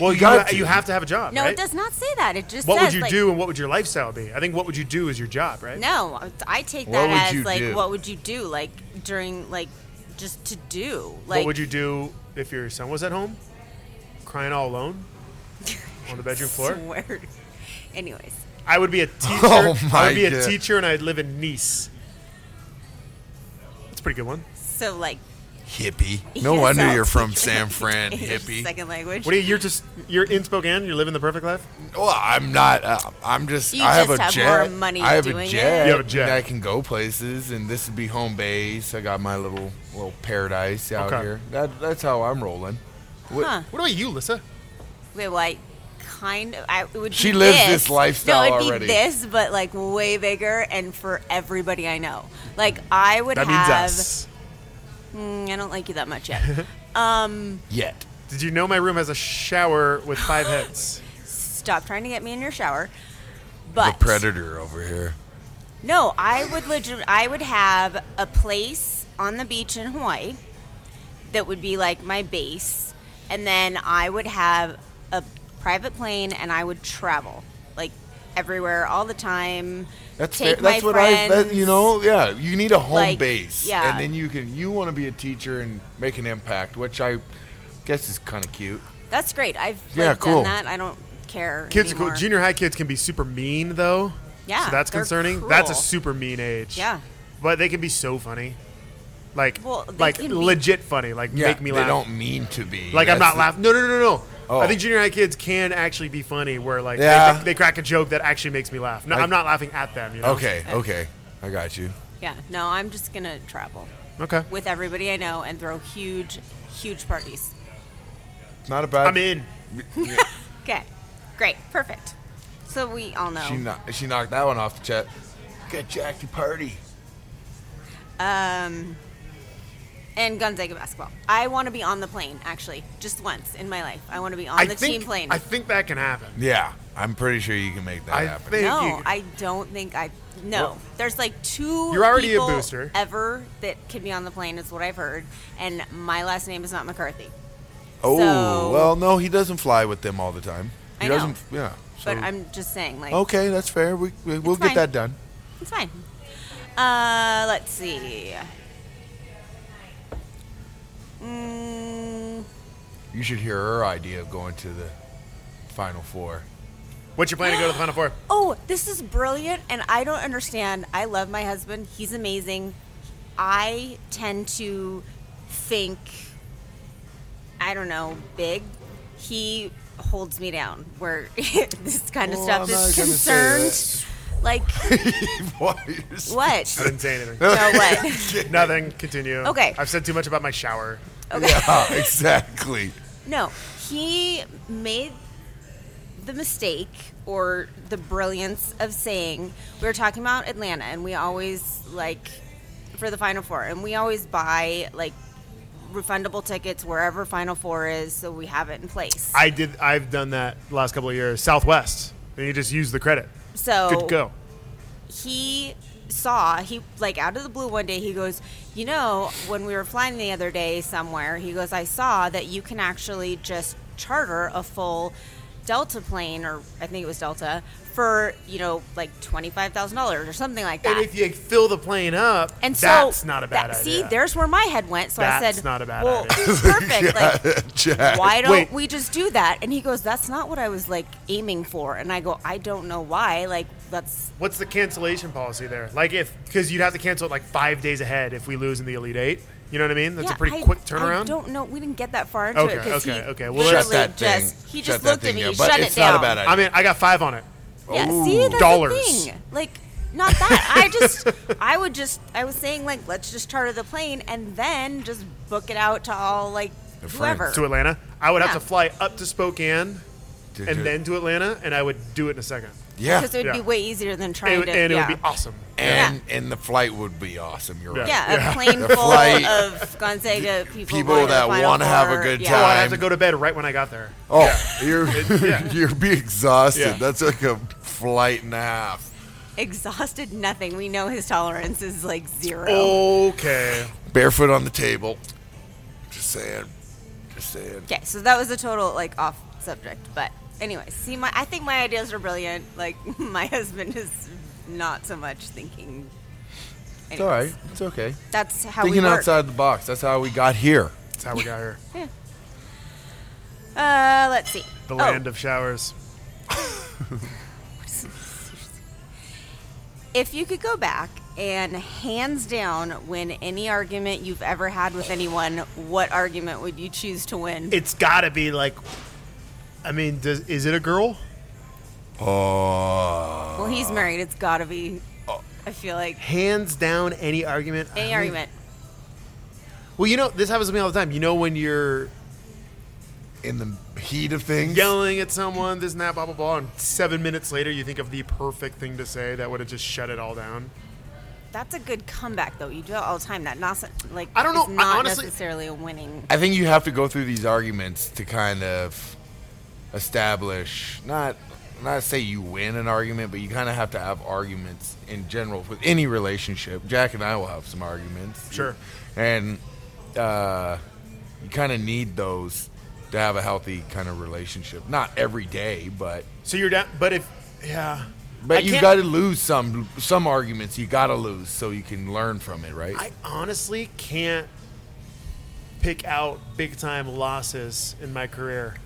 S4: Well, you,
S7: got
S4: ha-
S7: to.
S4: you have to have a job.
S12: No,
S4: right?
S12: it does not say that. It just
S4: What
S12: says
S4: would you
S12: like,
S4: do and what would your lifestyle be? I think what would you do is your job, right?
S12: No, I- I take
S7: What
S12: that
S7: would
S12: as
S7: you
S12: like,
S7: do?
S12: what would you do, like during, like, just to do, like,
S4: what would you do if your son was at home, crying all alone? on the bedroom floor.
S12: Swear. Anyways,
S4: I would be a teacher.
S7: Oh
S4: I
S7: my
S4: would be a
S7: God.
S4: teacher, and I'd live in Nice. That's a pretty good one.
S12: so like
S7: Hippie.
S12: Yes, I'll teach you
S7: San Fran,
S12: English Second language.
S4: What are you? You're just you're in Spokane. You're living the perfect life.
S7: Well, I'm not. Uh, I'm just.
S12: You
S7: I have
S12: just
S7: a
S12: have
S7: jet.
S12: more money
S7: I have
S12: doing
S7: a
S12: it?
S7: jet.
S4: You have a jet.
S7: and I can go places, and this would be home base. I got my little little paradise out
S4: Okay.
S7: here. That, that's how I'm rolling. What,
S12: Huh.
S4: What about you, Lissa?
S12: Wait, well, I kind of. I, it would
S7: She
S12: be
S7: lives
S12: this.
S7: this lifestyle
S12: No, it'd
S7: already.
S12: be this, but like way bigger and for everybody I know. Like I would
S4: That means
S12: have.
S4: us.
S12: Mm, I don't like you that much yet. um,
S7: Yet.
S4: Did you know my room has a shower with five heads?
S12: stop trying to get me in your shower. But
S7: The predator over here.
S12: No, I would legit. I would have a place on the beach in Hawaii that would be like my base, and then I would have a private plane, and I would travel like everywhere all the time.
S7: That's
S12: take
S7: fair. that's
S12: my
S7: what I.
S12: friends.
S7: That, you know, yeah. You need a home
S12: Like,
S7: base.
S12: yeah.
S7: And then you can. You want to be a teacher and make an impact, which I guess is kind of cute.
S12: That's great. I've
S7: Yeah,
S12: like,
S7: cool.
S12: done that. I don't care.
S4: Kids, are
S12: anymore.
S4: cool. junior high kids can be super mean though.
S12: Yeah,
S4: so that's
S12: they're
S4: concerning. That's a
S12: cruel.
S4: super mean age.
S12: Yeah.
S4: but they can be so funny, like
S12: Well, they
S4: like
S12: can be-
S4: legit funny, like
S7: Yeah,
S4: make me
S7: they
S4: laugh.
S7: don't mean to be.
S4: Like I'm
S7: That's
S4: not
S7: the-
S4: laughing. No, no, no, no, no.
S7: Oh.
S4: I think junior high kids can actually be funny, where like they-
S7: Yeah.
S4: they, they, crack a joke that actually makes me laugh. No,
S7: Like-
S4: I'm not laughing at them. You know?
S7: Okay. Okay. I got you.
S12: Yeah, no, I'm just gonna travel
S7: Uh,
S4: Okay.
S12: with everybody I know and throw huge, huge parties.
S7: Not a bad.
S4: I'm in.
S12: Okay, great, perfect. So we all know.
S7: She knocked, she knocked that one off the chat. Got Jack to party.
S12: um, and Gonzaga basketball. I want to be on the plane actually, just once in my life. I want to be on
S4: I
S12: the
S4: think,
S12: team plane.
S4: I think that can happen.
S7: Yeah, I'm pretty sure you can make that
S4: I
S7: happen.
S4: think
S12: no,
S4: you,
S12: I don't think I. No,
S4: Well-
S12: there's like two.
S4: You're already a
S12: people
S4: booster.
S12: Ever that can be on the plane is what I've heard, and my last name is not McCarthy.
S7: oh
S12: so-
S7: well, no, he doesn't fly with them all the time. He
S12: I know.
S7: doesn't. Yeah.
S12: But
S7: so-
S12: I'm just saying, like,
S7: okay. That's fair. We, we we'll
S12: It's
S7: get
S12: fine.
S7: that done.
S12: It's fine. Uh, let's see. Mm,
S7: You should hear her idea of going to the final four.
S4: What's your plan to go to the final four?
S12: oh, this is brilliant, and I don't understand. I love my husband. He's amazing. I tend to think, I don't know, big. He holds me down where this kind of
S7: Well,
S12: stuff
S7: I'm not
S12: is
S7: gonna say
S12: concerned. Like,
S7: Why are you s-
S12: what?
S4: I didn't say anything.
S12: No, what?
S4: Nothing. Continue.
S12: Okay.
S4: I've said too much about my shower.
S12: Okay.
S7: yeah, exactly.
S12: No, he made the mistake or the brilliance of saying we were talking about Atlanta, and we always like for the Final Four, and we always buy like refundable tickets wherever Final Four is, so we have it in place.
S4: I did. I've done that the last couple of years. Southwest. And you just use the credit.
S12: so
S4: Good to go.
S12: he saw he like out of the blue one day he goes you know when we were flying the other day somewhere he goes i saw that you can actually just charter a full delta plane or i think it was delta for you know like $25000 or something like that
S4: And if you fill the plane up,
S12: and so
S4: that's not a bad
S12: that-
S4: idea.
S12: See, there's where my head went. So I
S4: That's
S12: said,
S4: not a bad
S12: well,
S4: idea."
S12: perfect. Like,
S7: Jack.
S12: why don't
S4: Wait.
S12: we just do that?" And he goes, "That's not what I was like aiming for." And I go, "I don't know why. Like, that's
S4: What's the cancellation policy there? Like, if because you'd have to cancel it like five days ahead if we lose in the Elite Eight. You know what I mean? That's a
S12: Yeah,
S4: pretty
S12: I-
S4: quick turnaround.
S12: I don't know. We didn't get that far into
S4: Okay,
S12: it. 'cause
S4: okay,
S12: he
S4: okay. Well,
S12: literally
S7: Shut that thing.
S12: just, He
S7: Shut
S12: just
S7: that
S12: looked at
S7: thing
S12: me.
S7: down,
S12: He
S7: but
S12: shut
S7: it's
S12: it
S7: not
S12: down.
S7: a bad idea.
S4: I mean, I got five on it.
S12: Yeah, see, that's
S4: Dollars.
S12: the thing. Like, not that. I just, I would just, I was saying, like, let's just charter the plane and then just book it out to all, like,
S7: Your
S12: whoever.
S7: friends.
S4: to Atlanta. I would
S12: Yeah.
S4: have to fly up to Spokane
S7: To do-
S4: and then to Atlanta, and I would do it in a second.
S7: Yeah.
S12: Because it would
S4: Yeah.
S12: be way easier than trying
S4: And, it-
S12: to.
S4: and it
S12: yeah.
S4: would be awesome.
S7: And and the flight would be awesome. You're right.
S12: Yeah, a plane
S7: The
S12: full
S7: flight,
S12: of Gonzaga people.
S7: people
S12: going to the
S7: that
S12: Final
S7: wanna have a
S12: Four.
S7: good
S12: yeah.
S4: Oh, I'd
S7: time.
S4: have to go to bed right when I got there.
S7: Oh, you're you're be exhausted.
S4: Yeah.
S7: That's like a flight and a half.
S12: Exhausted, nothing. We know his tolerance is like zero.
S7: Oh,
S4: Oh, Okay.
S7: barefoot on the table. Just saying. Just saying.
S12: Okay, so that was a total like off subject, but anyway, see my I think my ideas are brilliant. Like my husband is not so much thinking.
S7: It's all right. It's okay.
S12: That's how
S7: Thinking
S12: we work.
S7: outside the box. That's how we got here.
S4: That's how we got here.
S12: Uh, let's see.
S4: The land of showers.
S12: If you could go back and hands down win any argument you've ever had with anyone, what argument would you choose to win?
S4: It's got to be like, I mean, does, is it a girl?
S7: Oh.
S12: well, he's married. It's got to be. I feel like
S4: Hands down, any argument. Oh. I
S12: any
S4: mean,
S12: argument.
S4: Well, you know, this happens to me all the time. You know, when you're
S7: in the heat of things,
S4: yelling at someone, this and that, blah blah blah, and seven minutes later, you think of the perfect thing to say that would have just shut it all down.
S12: That's a good comeback, though. You do it all the time. That not like
S4: I don't know.
S12: It's
S4: I
S12: not
S4: honestly-
S12: necessarily a winning.
S7: I think you have to go through these arguments to kind of establish not not say you win an argument, but you kind of have to have arguments in general with any relationship. Jack and I will have some arguments,
S4: Sure.
S7: and uh, you kind of need those to have a healthy kind of relationship. Not every day, but
S4: So you're down, but if yeah, I
S7: but you
S4: can't-
S7: got to lose some some arguments. You got to lose so you can learn from it, right?
S4: I honestly can't pick out big time losses in my career.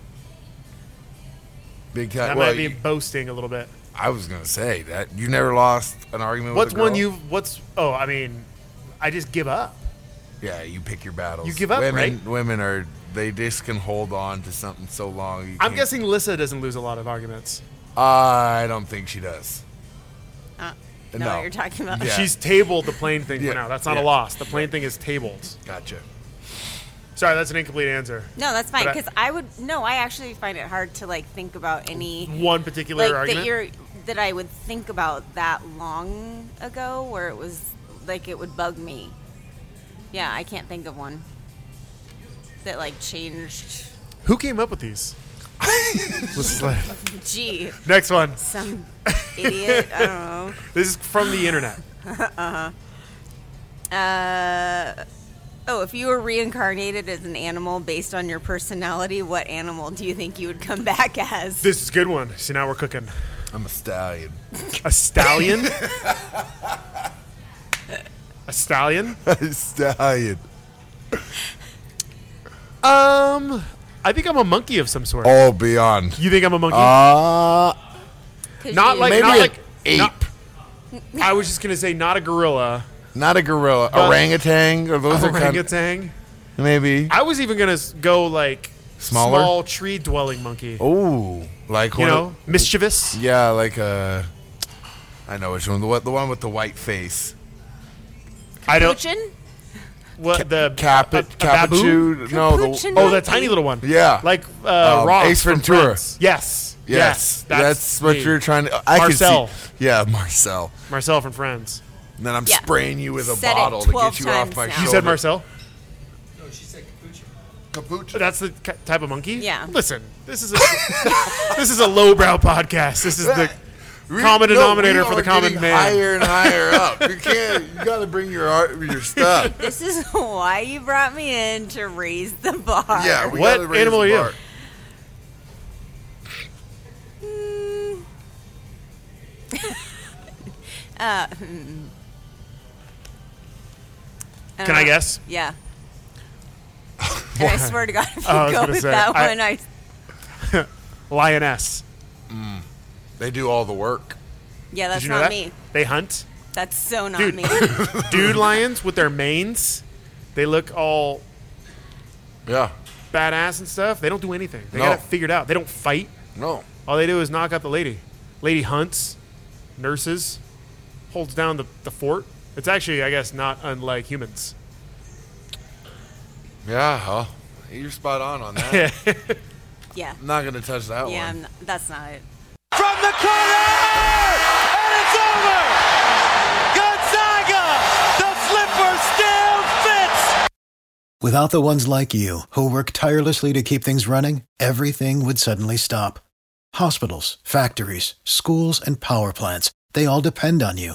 S7: Big
S4: That
S7: time. Uh, Well,
S4: might be
S7: you-
S4: boasting a little bit.
S7: I was gonna say that you never lost an argument.
S4: What's
S7: with a Oh, girl?
S4: one you? What's oh? I mean, I just give up.
S7: Yeah, you pick your battles.
S4: You give up,
S7: women,
S4: right?
S7: Women are they just can hold on to something so long. you
S4: I'm
S7: can't-
S4: guessing Lissa doesn't lose a lot of arguments.
S7: I don't think she does.
S12: Uh,
S7: know what No. you're
S12: talking
S7: about. Yeah.
S4: She's tabled the plane thing
S7: Yeah,
S4: for now. That's not
S7: yeah.
S4: a loss. The plane thing is tabled.
S7: Gotcha.
S4: Sorry, that's an incomplete answer.
S12: No, that's fine
S4: But I-
S12: because I, would no. I actually find it hard to like think about any
S4: One particular
S12: like
S4: argument?
S12: that you're that I would think about that long ago, where it was like it would bug me. Yeah, I can't think of one that like changed.
S4: Who came up with these? Lissa's like,
S12: Gee,
S4: Next one.
S12: some idiot. I don't know.
S4: This is from the internet.
S12: uh huh. Uh. Oh, if you were reincarnated as an animal based on your personality, what animal do you think you would come back as?
S4: This is a good one. See, now we're cooking.
S7: I'm a stallion.
S4: A stallion? a stallion?
S7: a stallion.
S4: Um, I think I'm a monkey of some sort.
S7: Oh, beyond.
S4: You think I'm a monkey?
S7: Uh,
S4: not like
S7: Maybe
S4: not
S7: an
S4: like
S7: ape.
S4: not- I was just gonna say not a gorilla.
S7: Not a gorilla.
S4: But-
S7: orangutan. Or those are kind of,
S4: orangutan.
S7: maybe.
S4: I was even gonna s- go like
S7: Smaller?
S4: small tree dwelling monkey.
S7: Oh, like
S4: You
S7: one
S4: know,
S7: of-
S4: mischievous.
S7: Yeah, like uh, I know which one. The one, the one with the white face.
S4: I don't.
S12: Chin?
S4: What the
S7: Cap-
S4: a- a baboon?
S7: Capuchin. No, the,
S4: Oh, that tiny little one.
S7: Yeah.
S4: like uh,
S7: Um,
S4: Ross
S7: Ace
S4: from
S7: Ventura.
S4: Friends. Yes.
S7: Yes, that's, what
S4: me.
S7: you're trying to. I
S4: Marcel.
S7: Could see, yeah, Marcel.
S4: Marcel from Friends.
S7: And then I'm
S4: Yeah.
S7: spraying you with a
S4: Said it
S7: bottle to get
S4: 12
S7: you off
S4: times
S7: my
S4: now.
S7: shoulder.
S4: You said Marcel?
S7: No, she said capuchin.
S4: That's the ki- type of monkey.
S12: Yeah.
S4: Listen, this is a this is a lowbrow podcast. This is the common denominator for the common man.
S7: Higher and higher up. You can't. You got to bring your art, your stuff.
S12: This is why you brought me in to raise the bar.
S7: Yeah. We
S4: What
S7: gotta raise
S4: animal
S7: the
S4: are you?
S7: bar.
S12: Uh, hmm. don't
S4: Can I
S12: know.
S4: guess?
S12: Yeah. And I swear to God, if you
S4: Oh, I was
S12: go
S4: gonna
S12: with
S4: say,
S12: that
S4: I-
S12: one, I
S4: Lioness.
S7: They do all the work.
S12: yeah, that's
S4: Did you know
S12: not
S4: that?
S12: me.
S4: They hunt.
S12: That's so not
S4: Dude.
S12: me.
S4: Dude lions with their manes. They look all
S7: Yeah.
S4: badass and stuff. They don't do anything. They
S7: No.
S4: got it figured out. They don't fight.
S7: No.
S4: All they do is knock out the lady. Lady hunts, nurses, holds down the, the fort. It's actually, I guess, not unlike humans.
S7: Yeah. Huh? You're spot on on that.
S12: Yeah.
S7: I'm not gonna touch that
S12: yeah,
S7: one.
S12: I'm not, that's not it.
S15: From the corner, and it's over. Gonzaga, the flipper still fits.
S16: Without the ones like you, who work tirelessly to keep things running, everything would suddenly stop. Hospitals, factories, schools, and power plants, they all depend on you.